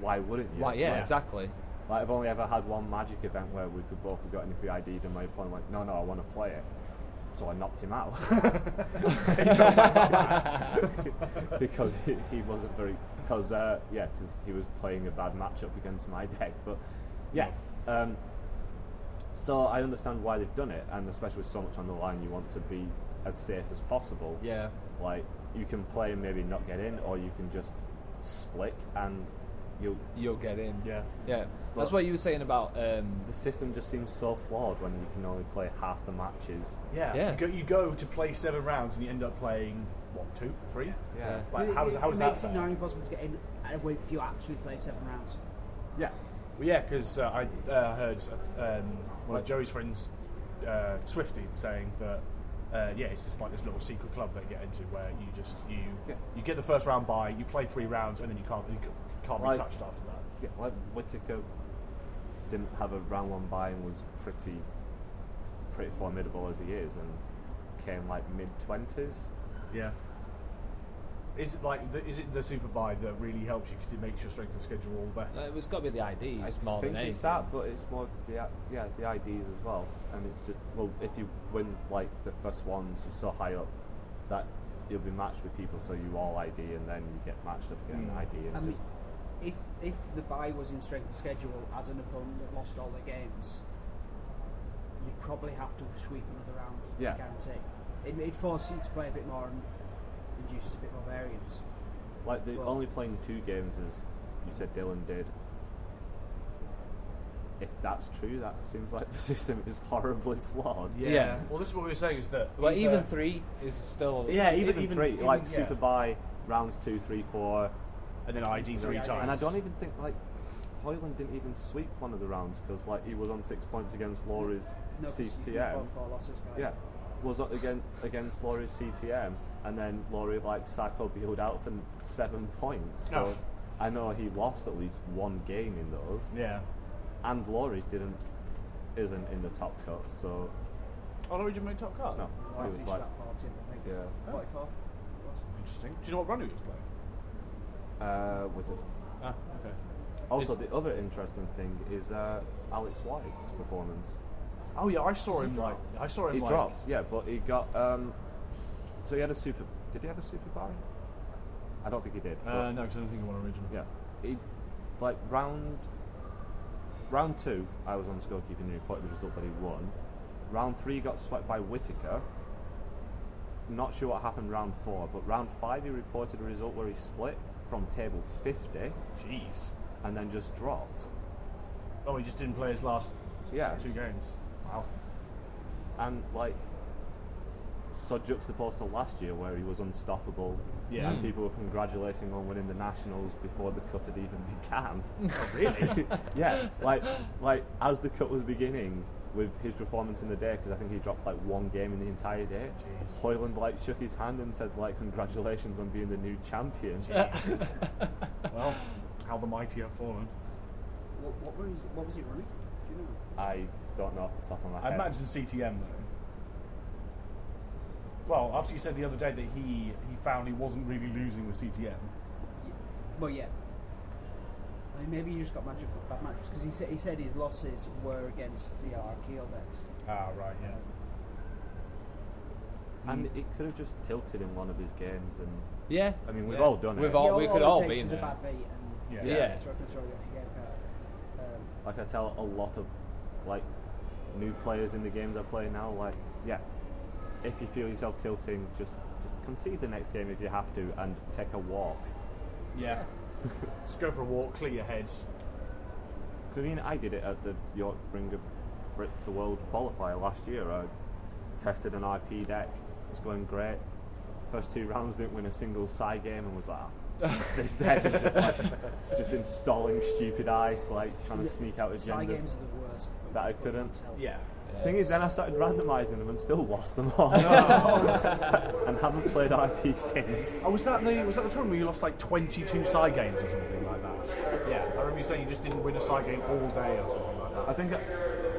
[SPEAKER 10] why wouldn't you?
[SPEAKER 4] Like, yeah,
[SPEAKER 10] Like-
[SPEAKER 4] exactly.
[SPEAKER 10] Like I've only ever had one magic event where we could both have gotten if we ID'd and my opponent went, no, no, I want to play it. So I knocked him out because he, he wasn't very because uh, yeah because he was playing a bad matchup against my deck. But yeah, um, so I understand why they've done it, and especially with so much on the line, you want to be as safe as possible.
[SPEAKER 4] Yeah.
[SPEAKER 10] like you can play and maybe not get in, or you can just split and you'll
[SPEAKER 4] You'll get in.
[SPEAKER 5] Yeah.
[SPEAKER 4] Yeah. That's
[SPEAKER 10] But-
[SPEAKER 4] what you were saying about. Um,
[SPEAKER 10] The system just seems so flawed when you can only play half the matches.
[SPEAKER 5] Yeah.
[SPEAKER 4] Yeah.
[SPEAKER 5] You, go, you go to play seven rounds and you end up playing what two, three?
[SPEAKER 10] Yeah.
[SPEAKER 5] Like,
[SPEAKER 7] It-
[SPEAKER 5] how is
[SPEAKER 7] it,
[SPEAKER 5] how
[SPEAKER 7] it
[SPEAKER 5] is that?
[SPEAKER 7] makes it
[SPEAKER 5] fair?
[SPEAKER 7] nigh impossible to get in and wait if you actually play seven rounds.
[SPEAKER 10] Yeah.
[SPEAKER 5] Well, yeah, because uh, I uh, heard um, one of Joey's friends, uh, Swifty, saying that uh, yeah, it's just like this little secret club they get into where you just you
[SPEAKER 10] Yeah.
[SPEAKER 5] you get the first round by, you play three rounds, and then you can't you c- can't
[SPEAKER 10] Like-
[SPEAKER 5] be touched after that.
[SPEAKER 10] yeah. Like Whitaker didn't have a round one bye and was pretty, pretty formidable as he is, and came like mid twenties.
[SPEAKER 5] Yeah. Is it like the, is it the super buy that really helps you because it makes your strength of schedule all better?
[SPEAKER 4] uh, it's got to be the IDs
[SPEAKER 10] I
[SPEAKER 4] more
[SPEAKER 10] think
[SPEAKER 4] than anything.
[SPEAKER 10] it's that, but it's more the I- yeah the IDs as well, and it's just well if you win like the first ones you're so high up that you'll be matched with people, so you all ID and then you get matched up again
[SPEAKER 5] Mm.
[SPEAKER 10] ID and
[SPEAKER 7] I mean,
[SPEAKER 10] just
[SPEAKER 7] if if the buy was in strength of schedule as an opponent that lost all their games, you'd probably have to sweep another round
[SPEAKER 10] Yeah.
[SPEAKER 7] to guarantee. It, it'd force you to play a bit more and induces a bit more variance.
[SPEAKER 10] Like the
[SPEAKER 7] Well-
[SPEAKER 10] only playing two games as you said Dylan did. If that's true, that seems like the system is horribly flawed.
[SPEAKER 4] Yeah.
[SPEAKER 5] Well, this is what we were saying is that
[SPEAKER 4] Well, even
[SPEAKER 5] either-
[SPEAKER 4] three is still.
[SPEAKER 10] Yeah, even, even, three, like
[SPEAKER 5] yeah.
[SPEAKER 10] super buy rounds two, three, four,
[SPEAKER 5] and e- then ID three
[SPEAKER 7] IDs.
[SPEAKER 5] times.
[SPEAKER 10] and I don't even think like Hoyland didn't even sweep one of the rounds because like he was on six points against Laurie's
[SPEAKER 7] No, 'cause you can
[SPEAKER 10] CTM.
[SPEAKER 7] afford four losses, guy.
[SPEAKER 10] Yeah, was up again against Laurie's CTM, and then Laurie like psycho peeled out for seven points. So
[SPEAKER 5] Oh.
[SPEAKER 10] I know he lost at least one game in those.
[SPEAKER 5] Yeah.
[SPEAKER 10] and Laurie didn't isn't in the top cut, so
[SPEAKER 5] Oh, did you make top card?
[SPEAKER 10] no,
[SPEAKER 7] I
[SPEAKER 10] it was
[SPEAKER 7] finished
[SPEAKER 10] like
[SPEAKER 7] that 40th, I think.
[SPEAKER 10] yeah,
[SPEAKER 7] 44th. it was.
[SPEAKER 5] Interesting. Do you know what Granu was playing?
[SPEAKER 10] Uh, Wizard.
[SPEAKER 5] Ah, okay.
[SPEAKER 10] Also,
[SPEAKER 5] Is-
[SPEAKER 10] the other interesting thing is uh, Alex White's performance.
[SPEAKER 5] Oh yeah, I saw him like I saw him
[SPEAKER 10] He
[SPEAKER 5] like uh,
[SPEAKER 10] dropped, yeah, but he got. Um, so he had a super. Did he have a super buy? I don't think he did.
[SPEAKER 5] Uh,
[SPEAKER 10] but-
[SPEAKER 5] no, because I don't think he won original.
[SPEAKER 10] Yeah, he like round round two. I was on scorekeeping and reported the result that he won. Round three he got swept by Whitaker. Not sure what happened round four, but round five he reported a result where he split from table fifty.
[SPEAKER 5] Jeez.
[SPEAKER 10] And then just dropped.
[SPEAKER 5] Oh, he just didn't play his last
[SPEAKER 10] Yeah.
[SPEAKER 5] two games. Wow.
[SPEAKER 10] And like so juxtaposed to last year where he was unstoppable.
[SPEAKER 5] Yeah.
[SPEAKER 10] And
[SPEAKER 5] Mm.
[SPEAKER 10] people were congratulating him on winning the Nationals before the cut had even began.
[SPEAKER 5] Oh, really?
[SPEAKER 10] yeah, like like as the cut was beginning with his performance in the day, because I think he dropped like one game in the entire day.
[SPEAKER 5] Jeez.
[SPEAKER 10] Hoyland like shook his hand and said like congratulations on being the new champion.
[SPEAKER 5] well, how the mighty have fallen.
[SPEAKER 7] What, what, were his, what was it running? Do you know?
[SPEAKER 10] I don't know off the top of my
[SPEAKER 5] I
[SPEAKER 10] head.
[SPEAKER 5] imagine CTM though. Well, after you said the other day that he he found he wasn't really losing with CTM.
[SPEAKER 7] Well, yeah. I mean, maybe he just got magic, bad matches because he, sa- he said his losses were against DR Kieldex.
[SPEAKER 5] Ah, right, yeah.
[SPEAKER 10] and it could have just tilted in one of his games and
[SPEAKER 4] Yeah.
[SPEAKER 10] I mean we've
[SPEAKER 4] Yeah.
[SPEAKER 10] all done
[SPEAKER 4] We've
[SPEAKER 10] it.
[SPEAKER 4] all-
[SPEAKER 7] yeah,
[SPEAKER 4] Oh, we
[SPEAKER 7] all,
[SPEAKER 4] could
[SPEAKER 7] all,
[SPEAKER 4] all
[SPEAKER 7] it takes
[SPEAKER 4] be
[SPEAKER 7] is
[SPEAKER 4] there.
[SPEAKER 7] a bad beat and
[SPEAKER 5] Yeah.
[SPEAKER 4] Yeah.
[SPEAKER 7] throw control you off your game card. Um,
[SPEAKER 10] Like I tell a lot of like new players in the games I play now, like yeah, if you feel yourself tilting, just just concede the next game if you have to and take a walk.
[SPEAKER 5] Yeah. Just go for a walk, clear your heads.
[SPEAKER 10] 'Cause, I mean, I did it at the York Bringer Brit to World qualifier last year. I tested an IP deck. It's going great. First two rounds didn't win a single side game and was like, "Ah, this deck is just like just installing stupid ice, like trying to sneak out
[SPEAKER 7] side games
[SPEAKER 10] agendas.
[SPEAKER 7] are the worst.
[SPEAKER 10] that I
[SPEAKER 7] But you
[SPEAKER 10] couldn't.
[SPEAKER 7] tell.
[SPEAKER 5] Yeah.
[SPEAKER 10] Thing is, then I started randomising them and still lost them all, and haven't played IP since.
[SPEAKER 5] Oh, was that the was that the time where you lost like twenty two side games or something like that? Yeah, I remember you saying you just didn't win a side game all day or something like that.
[SPEAKER 10] I think I,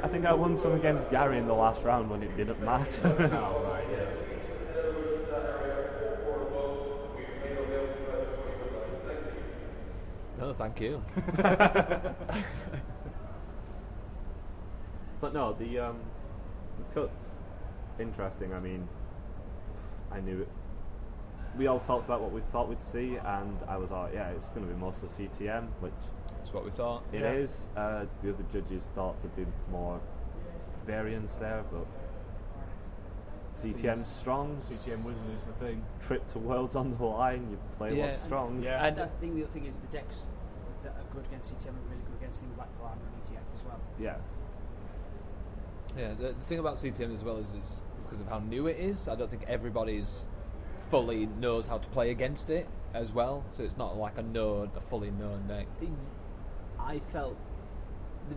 [SPEAKER 10] I think I won some against Gary in the last round when it didn't matter.
[SPEAKER 5] Oh, right, yeah.
[SPEAKER 12] No, thank you.
[SPEAKER 10] But no, the um, the cuts interesting. I mean, I knew it. We all talked about what we thought we'd see, and I was like, yeah, it's going to be mostly CTM, which
[SPEAKER 4] That's what we thought.
[SPEAKER 10] it is.
[SPEAKER 5] Yeah.
[SPEAKER 10] Uh, the other judges thought there'd be more variance there, but CTM
[SPEAKER 5] Seems-
[SPEAKER 10] strong.
[SPEAKER 5] CTM Wizard is the thing.
[SPEAKER 10] trip to worlds on the line. You play
[SPEAKER 4] Yeah.
[SPEAKER 10] what's strong.
[SPEAKER 7] Mm.
[SPEAKER 5] Yeah.
[SPEAKER 4] And
[SPEAKER 7] I think the other thing is the decks that are good against CTM are really good against things like Polana and ETF as well.
[SPEAKER 10] yeah.
[SPEAKER 4] Yeah, the, the thing about CTM as well is, is because of how new it is, I don't think everybody's fully knows how to play against it as well. So it's not like a known, a fully known deck.
[SPEAKER 7] I felt the,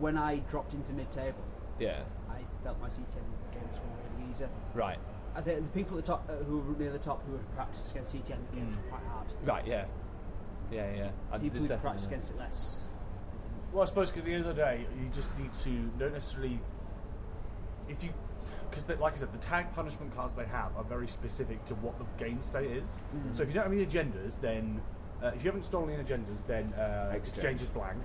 [SPEAKER 7] when I dropped into mid table,
[SPEAKER 4] Yeah,
[SPEAKER 7] I felt my CTM games were really easier.
[SPEAKER 4] right,
[SPEAKER 7] I think the people at the top uh, who were near the top who had practiced against CTM the games
[SPEAKER 5] Hmm.
[SPEAKER 7] were quite hard.
[SPEAKER 4] right, yeah, yeah, yeah. I
[SPEAKER 7] people
[SPEAKER 4] did
[SPEAKER 7] who practiced
[SPEAKER 4] definitely-
[SPEAKER 7] against it less.
[SPEAKER 5] Well, I suppose because at the end of the day, you just need to don't necessarily. If you, because like I said, the tag punishment cards they have are very specific to what the game state is.
[SPEAKER 7] Mm.
[SPEAKER 5] So if you don't have any agendas, then uh, if you haven't stolen any agendas, then uh, exchange.
[SPEAKER 10] Exchange.
[SPEAKER 5] is blank.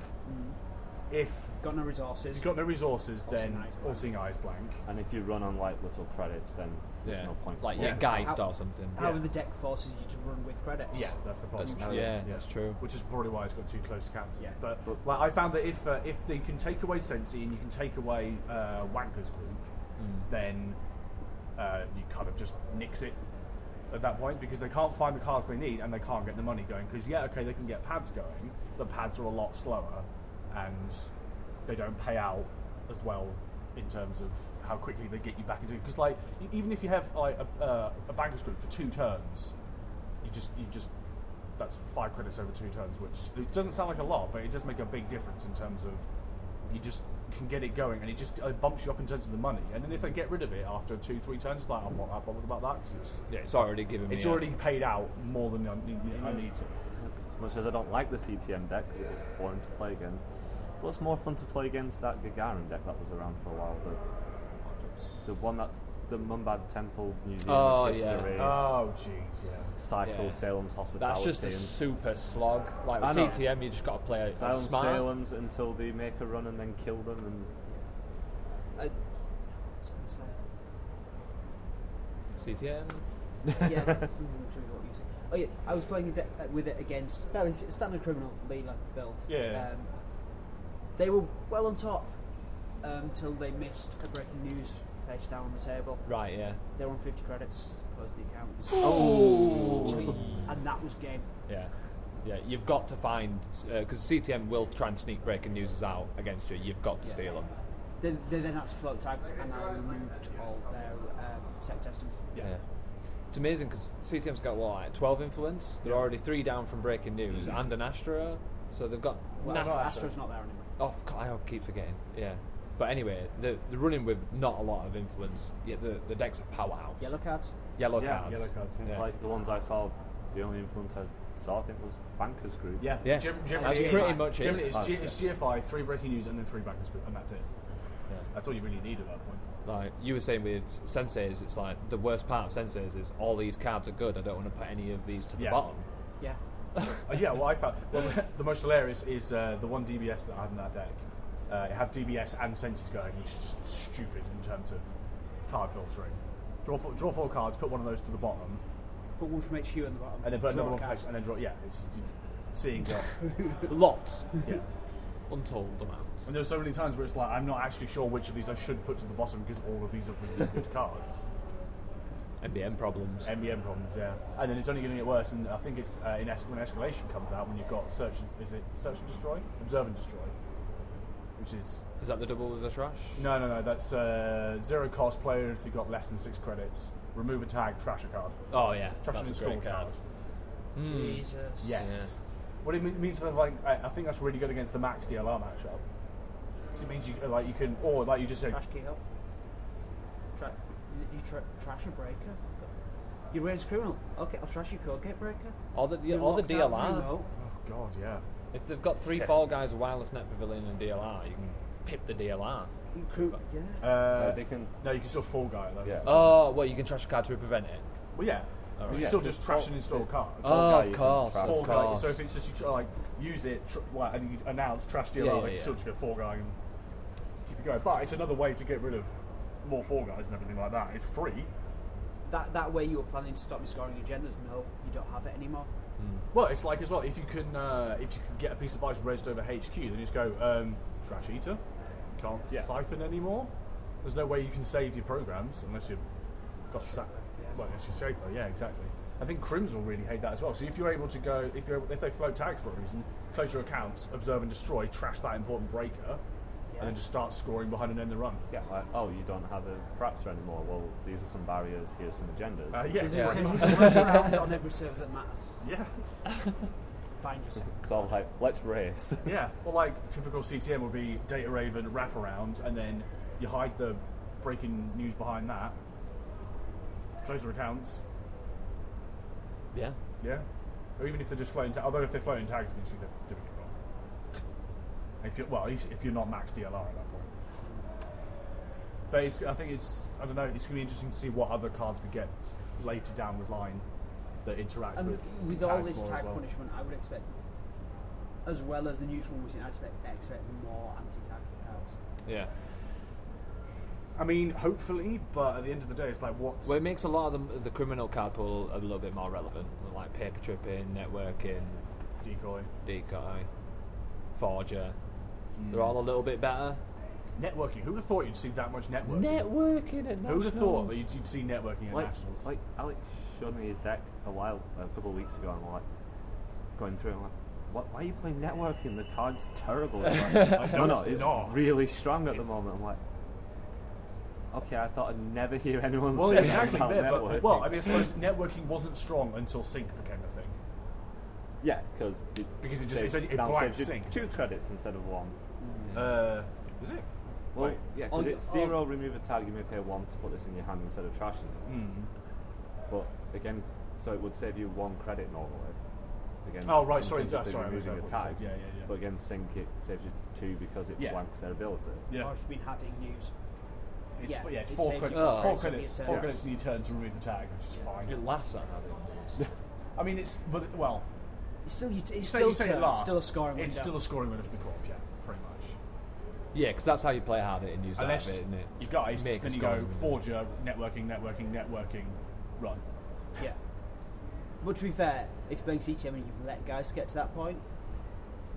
[SPEAKER 5] If
[SPEAKER 7] Got no
[SPEAKER 5] if
[SPEAKER 7] resources.
[SPEAKER 5] you've got no resources,
[SPEAKER 7] Mm. All seeing
[SPEAKER 5] then
[SPEAKER 7] eyes
[SPEAKER 5] all
[SPEAKER 7] blank.
[SPEAKER 5] seeing eyes blank.
[SPEAKER 10] And if you run on like little credits, then there's
[SPEAKER 4] yeah.
[SPEAKER 10] no point.
[SPEAKER 4] Like
[SPEAKER 10] playing.
[SPEAKER 4] yeah, Geist
[SPEAKER 7] How-
[SPEAKER 4] or something.
[SPEAKER 7] How
[SPEAKER 5] yeah.
[SPEAKER 7] the deck forces you to run with credits?
[SPEAKER 5] Yeah, that's the problem.
[SPEAKER 4] That's true. Yeah, that's true.
[SPEAKER 5] Which is probably why it's got too close to cancel.
[SPEAKER 7] Yeah.
[SPEAKER 5] But like, I found that if uh, if they can take away Sensi and you can take away uh, Wanker's group,
[SPEAKER 4] Hmm.
[SPEAKER 5] then uh, you kind of just nix it at that point because they can't find the cards they need and they can't get the money going. Because yeah, okay, they can get pads going. The pads are a lot slower, and they don't pay out as well in terms of how quickly they get you back into. Because like e- even if you have like a, uh, a banker's group for two turns, you just you just that's five credits over two turns, which it doesn't sound like a lot, but it does make a big difference in terms of you just can get it going, and it just uh, bumps you up in terms of the money. And then if they get rid of it after two, three turns, it's like I'm not that bothered about that because it's yeah,
[SPEAKER 4] It's already given me.
[SPEAKER 5] it's
[SPEAKER 4] a-
[SPEAKER 5] already paid out more than I need, I need to.
[SPEAKER 10] As much as I don't like the CTM deck because it's boring to play against, well, it's more fun to play against that Gagarin deck that was around for a while. The, the one that's the Mumbad Temple Museum.
[SPEAKER 4] Oh,
[SPEAKER 10] of
[SPEAKER 4] yeah.
[SPEAKER 10] History,
[SPEAKER 4] Oh, jeez, yeah.
[SPEAKER 10] Cycle
[SPEAKER 4] Yeah.
[SPEAKER 10] Salem's hospitality.
[SPEAKER 4] That's just a
[SPEAKER 10] and-
[SPEAKER 4] super slog. Like with
[SPEAKER 10] I know.
[SPEAKER 4] CTM, you just got to play it
[SPEAKER 10] Silent
[SPEAKER 4] smart.
[SPEAKER 10] Salem's until they make a run and then kill them. And
[SPEAKER 7] I, what's I gonna say?
[SPEAKER 4] CTM.
[SPEAKER 7] yeah, something in terms of what you said. Oh yeah, I was playing de- uh, with it against fairly s- standard criminal Leela build.
[SPEAKER 5] Yeah.
[SPEAKER 7] Um, they were well on top until they missed a breaking news face down on the table.
[SPEAKER 4] Right, yeah.
[SPEAKER 7] They were on 50 credits. Closed the account.
[SPEAKER 4] Oh.
[SPEAKER 7] Tweet, and that was game.
[SPEAKER 4] Yeah. Yeah, you've got to find uh, because CTM will try and sneak breaking news out against you. You've got to steal them.
[SPEAKER 7] They, they then had to float tags, and I removed all their um, set testings.
[SPEAKER 4] Yeah. It's amazing because CTM's got what, like 12 influence? They're already three down from breaking news and an Astro, so they've got.
[SPEAKER 7] Well,
[SPEAKER 4] Nah.
[SPEAKER 7] Astro's not there anymore.
[SPEAKER 4] Oh, f- I keep forgetting. Yeah. But anyway, they're, they're running with not a lot of influence, yet the, the deck's a powerhouse.
[SPEAKER 7] Yellow cards.
[SPEAKER 4] Yellow
[SPEAKER 10] yeah,
[SPEAKER 4] cards.
[SPEAKER 10] yellow cards.
[SPEAKER 4] Yeah.
[SPEAKER 10] Like the ones I saw, the only influence I saw, I think, was Bankers Group.
[SPEAKER 5] Yeah,
[SPEAKER 4] Yeah.
[SPEAKER 5] Gem- Gemini
[SPEAKER 4] That's
[SPEAKER 5] is-
[SPEAKER 4] pretty much it.
[SPEAKER 5] Gemini is
[SPEAKER 10] Oh,
[SPEAKER 5] G-
[SPEAKER 10] yeah.
[SPEAKER 5] it's GFI, three breaking news, and then three backers group, and that's it.
[SPEAKER 4] Yeah.
[SPEAKER 5] That's all you really need at that point.
[SPEAKER 4] Like you were saying with senseis, it's like the worst part of senseis is all these cards are good. I don't want to put any of these to the
[SPEAKER 5] Yeah.
[SPEAKER 4] bottom.
[SPEAKER 7] Yeah.
[SPEAKER 5] Uh, yeah, well, I found well, the most hilarious is uh, the one DBS that I had in that deck. Uh, it had DBS and Senses going, which is just stupid in terms of card filtering. Draw four, draw four cards, put one of those to the bottom,
[SPEAKER 7] Put one from HQ on the bottom.
[SPEAKER 5] and then put
[SPEAKER 7] Draw
[SPEAKER 5] another
[SPEAKER 7] a
[SPEAKER 5] one for
[SPEAKER 7] card.
[SPEAKER 5] next, and then draw. Yeah, it's seeing what.
[SPEAKER 4] Lots,
[SPEAKER 5] yeah.
[SPEAKER 4] untold amounts.
[SPEAKER 5] And there's so many times where it's like I'm not actually sure which of these I should put to the bottom because all of these are really good cards.
[SPEAKER 4] MBM problems.
[SPEAKER 5] MBM problems, yeah. And then it's only going to get worse. And I think it's uh, in es- when escalation comes out when you've got search. and- Is it search and destroy? Observe and destroy, which is
[SPEAKER 4] Is that the double with the trash?
[SPEAKER 5] No, no, no. That's uh, zero cost player if they've got less than six credits. Remove a tag, trash a card.
[SPEAKER 4] Oh yeah,
[SPEAKER 5] Trash an
[SPEAKER 4] that's a
[SPEAKER 5] installed
[SPEAKER 4] great card.
[SPEAKER 5] card. Hmm.
[SPEAKER 4] Mm.
[SPEAKER 7] Jesus.
[SPEAKER 5] Yes. What it mean- means, for, like, I I think that's really good against the max DLR matchup. 'Cause It means you like you can, or like you just said,
[SPEAKER 7] Trash keel. Tra- you tra- trash a breaker? You arranged criminal. Okay, I'll trash your co-gate breaker.
[SPEAKER 4] Or the
[SPEAKER 7] You're
[SPEAKER 4] or the
[SPEAKER 7] locked out of
[SPEAKER 4] DLR.
[SPEAKER 7] remote.
[SPEAKER 5] oh god, yeah,
[SPEAKER 4] If they've got three Fall Guys, Wireless Net Pavilion, and DLR, you can pip the DLR.
[SPEAKER 7] You cru- yeah.
[SPEAKER 5] uh,
[SPEAKER 10] Uh, they can.
[SPEAKER 5] no, you can still fall guy though.
[SPEAKER 10] Yeah.
[SPEAKER 5] isn't it?
[SPEAKER 4] Oh, well, you can trash a card to prevent it.
[SPEAKER 5] Well, yeah,
[SPEAKER 4] Alright.
[SPEAKER 5] you
[SPEAKER 10] Yeah,
[SPEAKER 5] still
[SPEAKER 10] just
[SPEAKER 5] just trash
[SPEAKER 10] fall-
[SPEAKER 5] an installed card.
[SPEAKER 4] Oh,
[SPEAKER 10] guy,
[SPEAKER 4] of
[SPEAKER 10] you can
[SPEAKER 4] course,
[SPEAKER 10] trash.
[SPEAKER 4] of
[SPEAKER 5] Fall guy.
[SPEAKER 4] course.
[SPEAKER 5] So if it's just you tr- like use it, tr- well, and you announce trash DLR,
[SPEAKER 4] Yeah, yeah,
[SPEAKER 5] they can
[SPEAKER 4] yeah.
[SPEAKER 5] still just go fall guy and keep it going. But it's another way to get rid of more fall guys and everything like that. It's free.
[SPEAKER 7] That that way you were planning to stop me scoring agendas. No, you don't have it anymore.
[SPEAKER 5] Well, it's like as well if you can uh, if you can get a piece of ice rezzed over HQ, then you just go um, trash eater. Can't
[SPEAKER 10] Yeah.
[SPEAKER 5] siphon anymore. There's no way you can save your programs unless you've got sack. Well, unless you save them. Yeah, exactly. I think crims will really hate that as well. So if you're able to go, if you're able, if they float tags for a reason, close your accounts, observe and destroy, trash that important breaker, and then just start scoring behind and end the run.
[SPEAKER 10] Yeah, like, oh, you don't have a fracture anymore. Well, these are some barriers. Here's some agendas.
[SPEAKER 5] Uh, yeah,
[SPEAKER 7] There's
[SPEAKER 5] pretty
[SPEAKER 7] a server-
[SPEAKER 5] much.
[SPEAKER 7] there's a server around on every server that matters.
[SPEAKER 5] yeah,
[SPEAKER 7] Find yourself.
[SPEAKER 10] It's all like, let's race.
[SPEAKER 5] yeah. Well, like typical CTM would be Data Raven wraparound, and then you hide the breaking news behind that. Close your accounts.
[SPEAKER 4] Yeah.
[SPEAKER 5] Yeah. Or even if they're just floating, ta- although if they're floating tags against you, they're doing it wrong. If you're, well, if, if you're not max DLR at that point. But it's, I think it's, I don't know, it's going to be interesting to see what other cards we get later down the line that interacts
[SPEAKER 7] And
[SPEAKER 5] with.
[SPEAKER 7] with all
[SPEAKER 5] tags
[SPEAKER 7] this
[SPEAKER 5] more as
[SPEAKER 7] tag
[SPEAKER 5] well.
[SPEAKER 7] punishment, I would expect, as well as the neutral routine, I expect, I expect more anti-tag cards.
[SPEAKER 4] Yeah.
[SPEAKER 5] I mean, hopefully, but at the end of the day, it's like what's.
[SPEAKER 4] Well, it makes a lot of the, the criminal card pool a little bit more relevant, like paper tripping, networking,
[SPEAKER 5] decoy.
[SPEAKER 4] decoy, forger.
[SPEAKER 5] Hmm.
[SPEAKER 4] They're all a little bit better.
[SPEAKER 5] Networking. Who would have thought you'd see that much networking?
[SPEAKER 4] Networking and
[SPEAKER 5] Who would have thought that you'd, you'd see networking at
[SPEAKER 10] like,
[SPEAKER 5] nationals?
[SPEAKER 10] like Alex showed me his deck a while, a couple of weeks ago, and we're like going through. it, I'm like, what, why are you playing networking? The card's terrible. He's like, no, no,
[SPEAKER 5] it's
[SPEAKER 10] it's
[SPEAKER 5] not."
[SPEAKER 10] really strong at the moment. I'm like, okay, I thought I'd never hear anyone
[SPEAKER 5] well,
[SPEAKER 10] say
[SPEAKER 5] yeah,
[SPEAKER 10] that
[SPEAKER 5] exactly.
[SPEAKER 10] about
[SPEAKER 5] yeah,
[SPEAKER 10] networking.
[SPEAKER 5] but, well, I mean, I suppose networking wasn't strong until sync became a thing.
[SPEAKER 10] yeah, because
[SPEAKER 5] Because it just-
[SPEAKER 10] saves,
[SPEAKER 5] it's only- it
[SPEAKER 10] now
[SPEAKER 5] blanks
[SPEAKER 10] saves you
[SPEAKER 5] sync.
[SPEAKER 10] two credits instead of one.
[SPEAKER 5] Uh, is it?
[SPEAKER 10] Well,
[SPEAKER 5] Wait.
[SPEAKER 10] yeah,
[SPEAKER 7] Oh,
[SPEAKER 10] because
[SPEAKER 7] you-
[SPEAKER 10] it's zero. Remove a tag. You may pay one to put this in your hand instead of trashing it.
[SPEAKER 5] Hmm.
[SPEAKER 10] But again, so it would save you one credit normally. Against
[SPEAKER 5] Oh, right,
[SPEAKER 10] in
[SPEAKER 5] sorry,
[SPEAKER 10] terms
[SPEAKER 5] yeah,
[SPEAKER 10] of the
[SPEAKER 5] sorry, I
[SPEAKER 10] removing
[SPEAKER 5] was-
[SPEAKER 10] a
[SPEAKER 5] I was-
[SPEAKER 10] tag.
[SPEAKER 5] yeah, yeah, yeah.
[SPEAKER 10] But against sync, it saves you two because it
[SPEAKER 5] Yeah.
[SPEAKER 10] blanks their ability.
[SPEAKER 5] Yeah.
[SPEAKER 7] Or if you've been hacking news.
[SPEAKER 5] It's,
[SPEAKER 7] Yeah,
[SPEAKER 5] f- yeah, it's,
[SPEAKER 7] it
[SPEAKER 5] four
[SPEAKER 7] saves
[SPEAKER 5] credits.
[SPEAKER 7] you
[SPEAKER 5] Four
[SPEAKER 7] from
[SPEAKER 5] credits.
[SPEAKER 7] your
[SPEAKER 5] Four
[SPEAKER 7] turn.
[SPEAKER 5] credits in your turn to remove the tag, which is fine.
[SPEAKER 7] It
[SPEAKER 5] laughs at that. I mean, it's but well,
[SPEAKER 7] It's still, you it's
[SPEAKER 5] say-
[SPEAKER 7] still,
[SPEAKER 5] you say it
[SPEAKER 7] turn,
[SPEAKER 5] laughs,
[SPEAKER 7] still a scoring
[SPEAKER 5] It's
[SPEAKER 7] window.
[SPEAKER 5] still a scoring window for the corp. Yeah, pretty much.
[SPEAKER 4] Yeah, because that's how you play hard and use
[SPEAKER 5] Unless
[SPEAKER 4] that bit, isn't it?
[SPEAKER 5] you've got ace,
[SPEAKER 4] Make a
[SPEAKER 5] then you
[SPEAKER 4] scoring
[SPEAKER 5] go
[SPEAKER 4] window.
[SPEAKER 5] forger, networking, networking, networking, run.
[SPEAKER 7] Yeah. But to be fair, if you're playing CTM and you've let guys get to that point,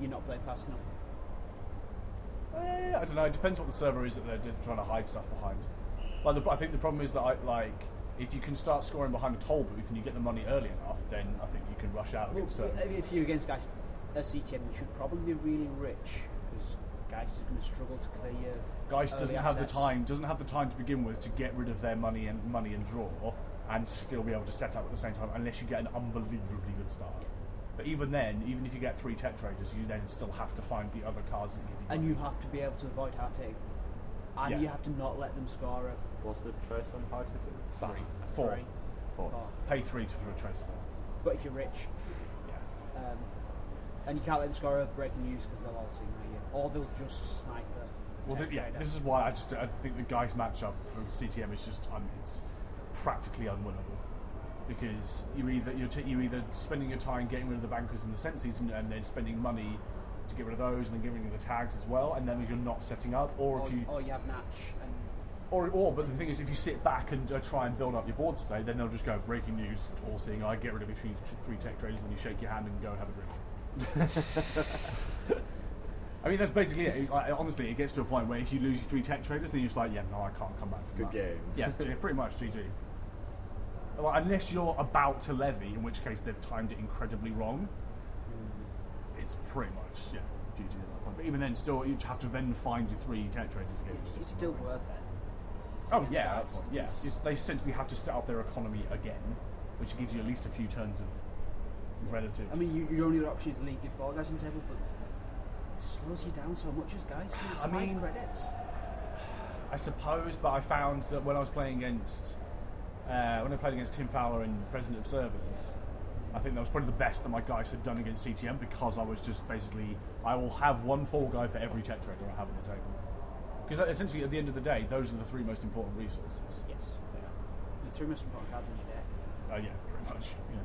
[SPEAKER 7] you're not playing fast enough.
[SPEAKER 5] Eh, I don't know. It depends what the server is that they're d- trying to hide stuff behind. Like the, pro- I think the problem is that I, like if you can start scoring behind a toll booth and you get the money early enough, then I think you can rush out
[SPEAKER 7] Well,
[SPEAKER 5] against servers.
[SPEAKER 7] I mean, if you're against guys at CTM, you should probably be really rich because guys is going to struggle to clear your.
[SPEAKER 5] Geist
[SPEAKER 7] uh, early
[SPEAKER 5] doesn't have the
[SPEAKER 7] assets.
[SPEAKER 5] time doesn't have the time to begin with to get rid of their money and money and draw and still be able to set up at the same time unless you get an unbelievably good start. But even then, even if you get three tech traders, you then still have to find the other cards that give you.
[SPEAKER 7] And you have to be able to avoid hard take, and
[SPEAKER 5] Yeah.
[SPEAKER 7] you have to not let them score it.
[SPEAKER 10] What's the trace on hard hitting?
[SPEAKER 5] Three. Four.
[SPEAKER 7] Three.
[SPEAKER 10] Four.
[SPEAKER 7] Four.
[SPEAKER 5] Pay three to for a trace four.
[SPEAKER 7] But if you're rich, um, and you can't let them score a breaking news because they'll all see you, or they'll just snipe it.
[SPEAKER 5] Well, th- yeah, this is why I just I think the guys matchup for CTM is just um, it's practically unwinnable because you either you're, t- you're either spending your time getting rid of the bankers in the scent season and then spending money to get rid of those and then getting rid of the tags as well, and then if you're not setting up, or
[SPEAKER 7] Or,
[SPEAKER 5] if you
[SPEAKER 7] or Oh, you have match and
[SPEAKER 5] or, or but the thing is, if you sit back and uh, try and build up your board today, then they'll just go breaking news, all seeing eye, get rid of your three- three tech traders, and you shake your hand and go and have a drink. I mean, that's basically it. Like, honestly, it gets to a point where if you lose your three tech traders, then you're just like, yeah, no, I can't come back from
[SPEAKER 10] Good
[SPEAKER 5] that.
[SPEAKER 10] game.
[SPEAKER 5] Yeah, yeah, pretty much GG. Like, unless you're about to levy, in which case they've timed it incredibly wrong. It's pretty much yeah, GG at that point. But even then, still, you have to then find your three tech traders again. which
[SPEAKER 7] it's
[SPEAKER 5] just
[SPEAKER 7] still worth it.
[SPEAKER 5] Oh
[SPEAKER 7] It's
[SPEAKER 5] yeah,
[SPEAKER 7] got-
[SPEAKER 5] it's, yeah.
[SPEAKER 7] it's-
[SPEAKER 5] It's- they essentially have to set up their economy again, which gives you at least a few turns of relative.
[SPEAKER 7] I mean, you, your only other option is leave your four guys on the table, but it slows you down so much as guys. 'cause it's
[SPEAKER 5] I
[SPEAKER 7] five
[SPEAKER 5] mean-
[SPEAKER 7] credits.
[SPEAKER 5] I suppose, but I found that when I was playing against uh, when I played against Tim Fowler in President of Servers, I think that was probably the best that my guys had done against CTM because I was just basically I will have one fall guy for every tech trader I have on the table because essentially at the end of the day those are the three most important resources.
[SPEAKER 7] Yes, they are. The three most important cards in your deck.
[SPEAKER 5] Oh yeah, pretty much. Yeah,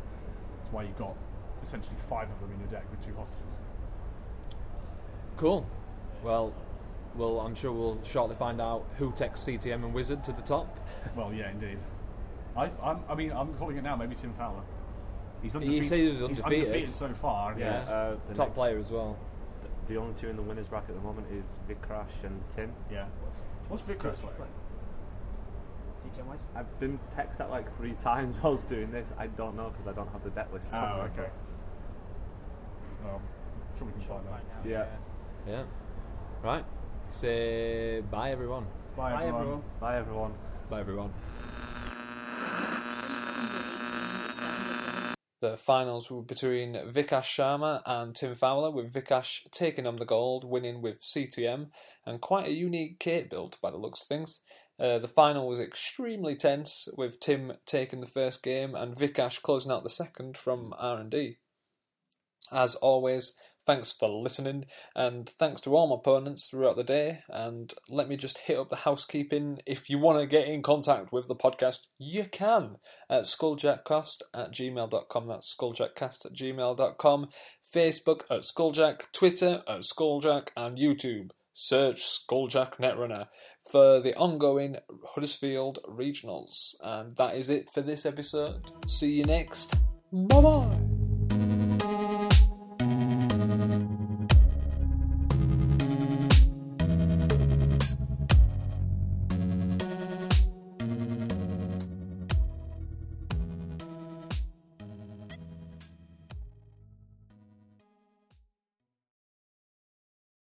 [SPEAKER 5] that's why you have got essentially five of them in your deck with two hostages.
[SPEAKER 4] Cool. Well, well, I'm sure we'll shortly find out who takes CTM and Wizard to the top.
[SPEAKER 5] Well, yeah, indeed. I, I'm, I mean, I'm calling it now. Maybe Tim Fowler. He's
[SPEAKER 4] He
[SPEAKER 5] undefeated.
[SPEAKER 4] said he was
[SPEAKER 5] He's
[SPEAKER 4] undefeated.
[SPEAKER 5] undefeated so far. and
[SPEAKER 4] Yeah.
[SPEAKER 5] he's-
[SPEAKER 10] Uh, the
[SPEAKER 4] top
[SPEAKER 10] next-
[SPEAKER 4] player as well.
[SPEAKER 10] Th- The only two in the winners bracket at the moment is Vikrash and Tim.
[SPEAKER 5] Yeah. What's Vikrash like?
[SPEAKER 7] CTM wise.
[SPEAKER 10] I've been texted that like three times while I was doing this. I don't know because I don't have the deck list.
[SPEAKER 5] Oh, okay. Well, I'm sure we can find out.
[SPEAKER 10] Yeah.
[SPEAKER 4] Yeah. Right. Say bye, everyone.
[SPEAKER 5] Bye,
[SPEAKER 7] Bye,
[SPEAKER 5] everyone.
[SPEAKER 7] everyone.
[SPEAKER 10] Bye everyone.
[SPEAKER 4] Bye, everyone.
[SPEAKER 2] The finals were between Vikash Sharma and Tim Fowler, with Vikash taking home the gold, winning with CTM, and quite a unique kit build by the looks of things. Uh, the final was extremely tense, with Tim taking the first game and Vikash closing out the second from R&D. As always, thanks for listening, and thanks to all my opponents throughout the day. And let me just hit up the housekeeping. If you want to get in contact with the podcast, you can at skulljackcast at gmail.com. That's skulljackcast at gmail.com. Facebook at skulljack, Twitter at skulljack, and YouTube. Search Skulljack Netrunner for the ongoing Huddersfield Regionals. And that is it for this episode. See you next. Bye bye.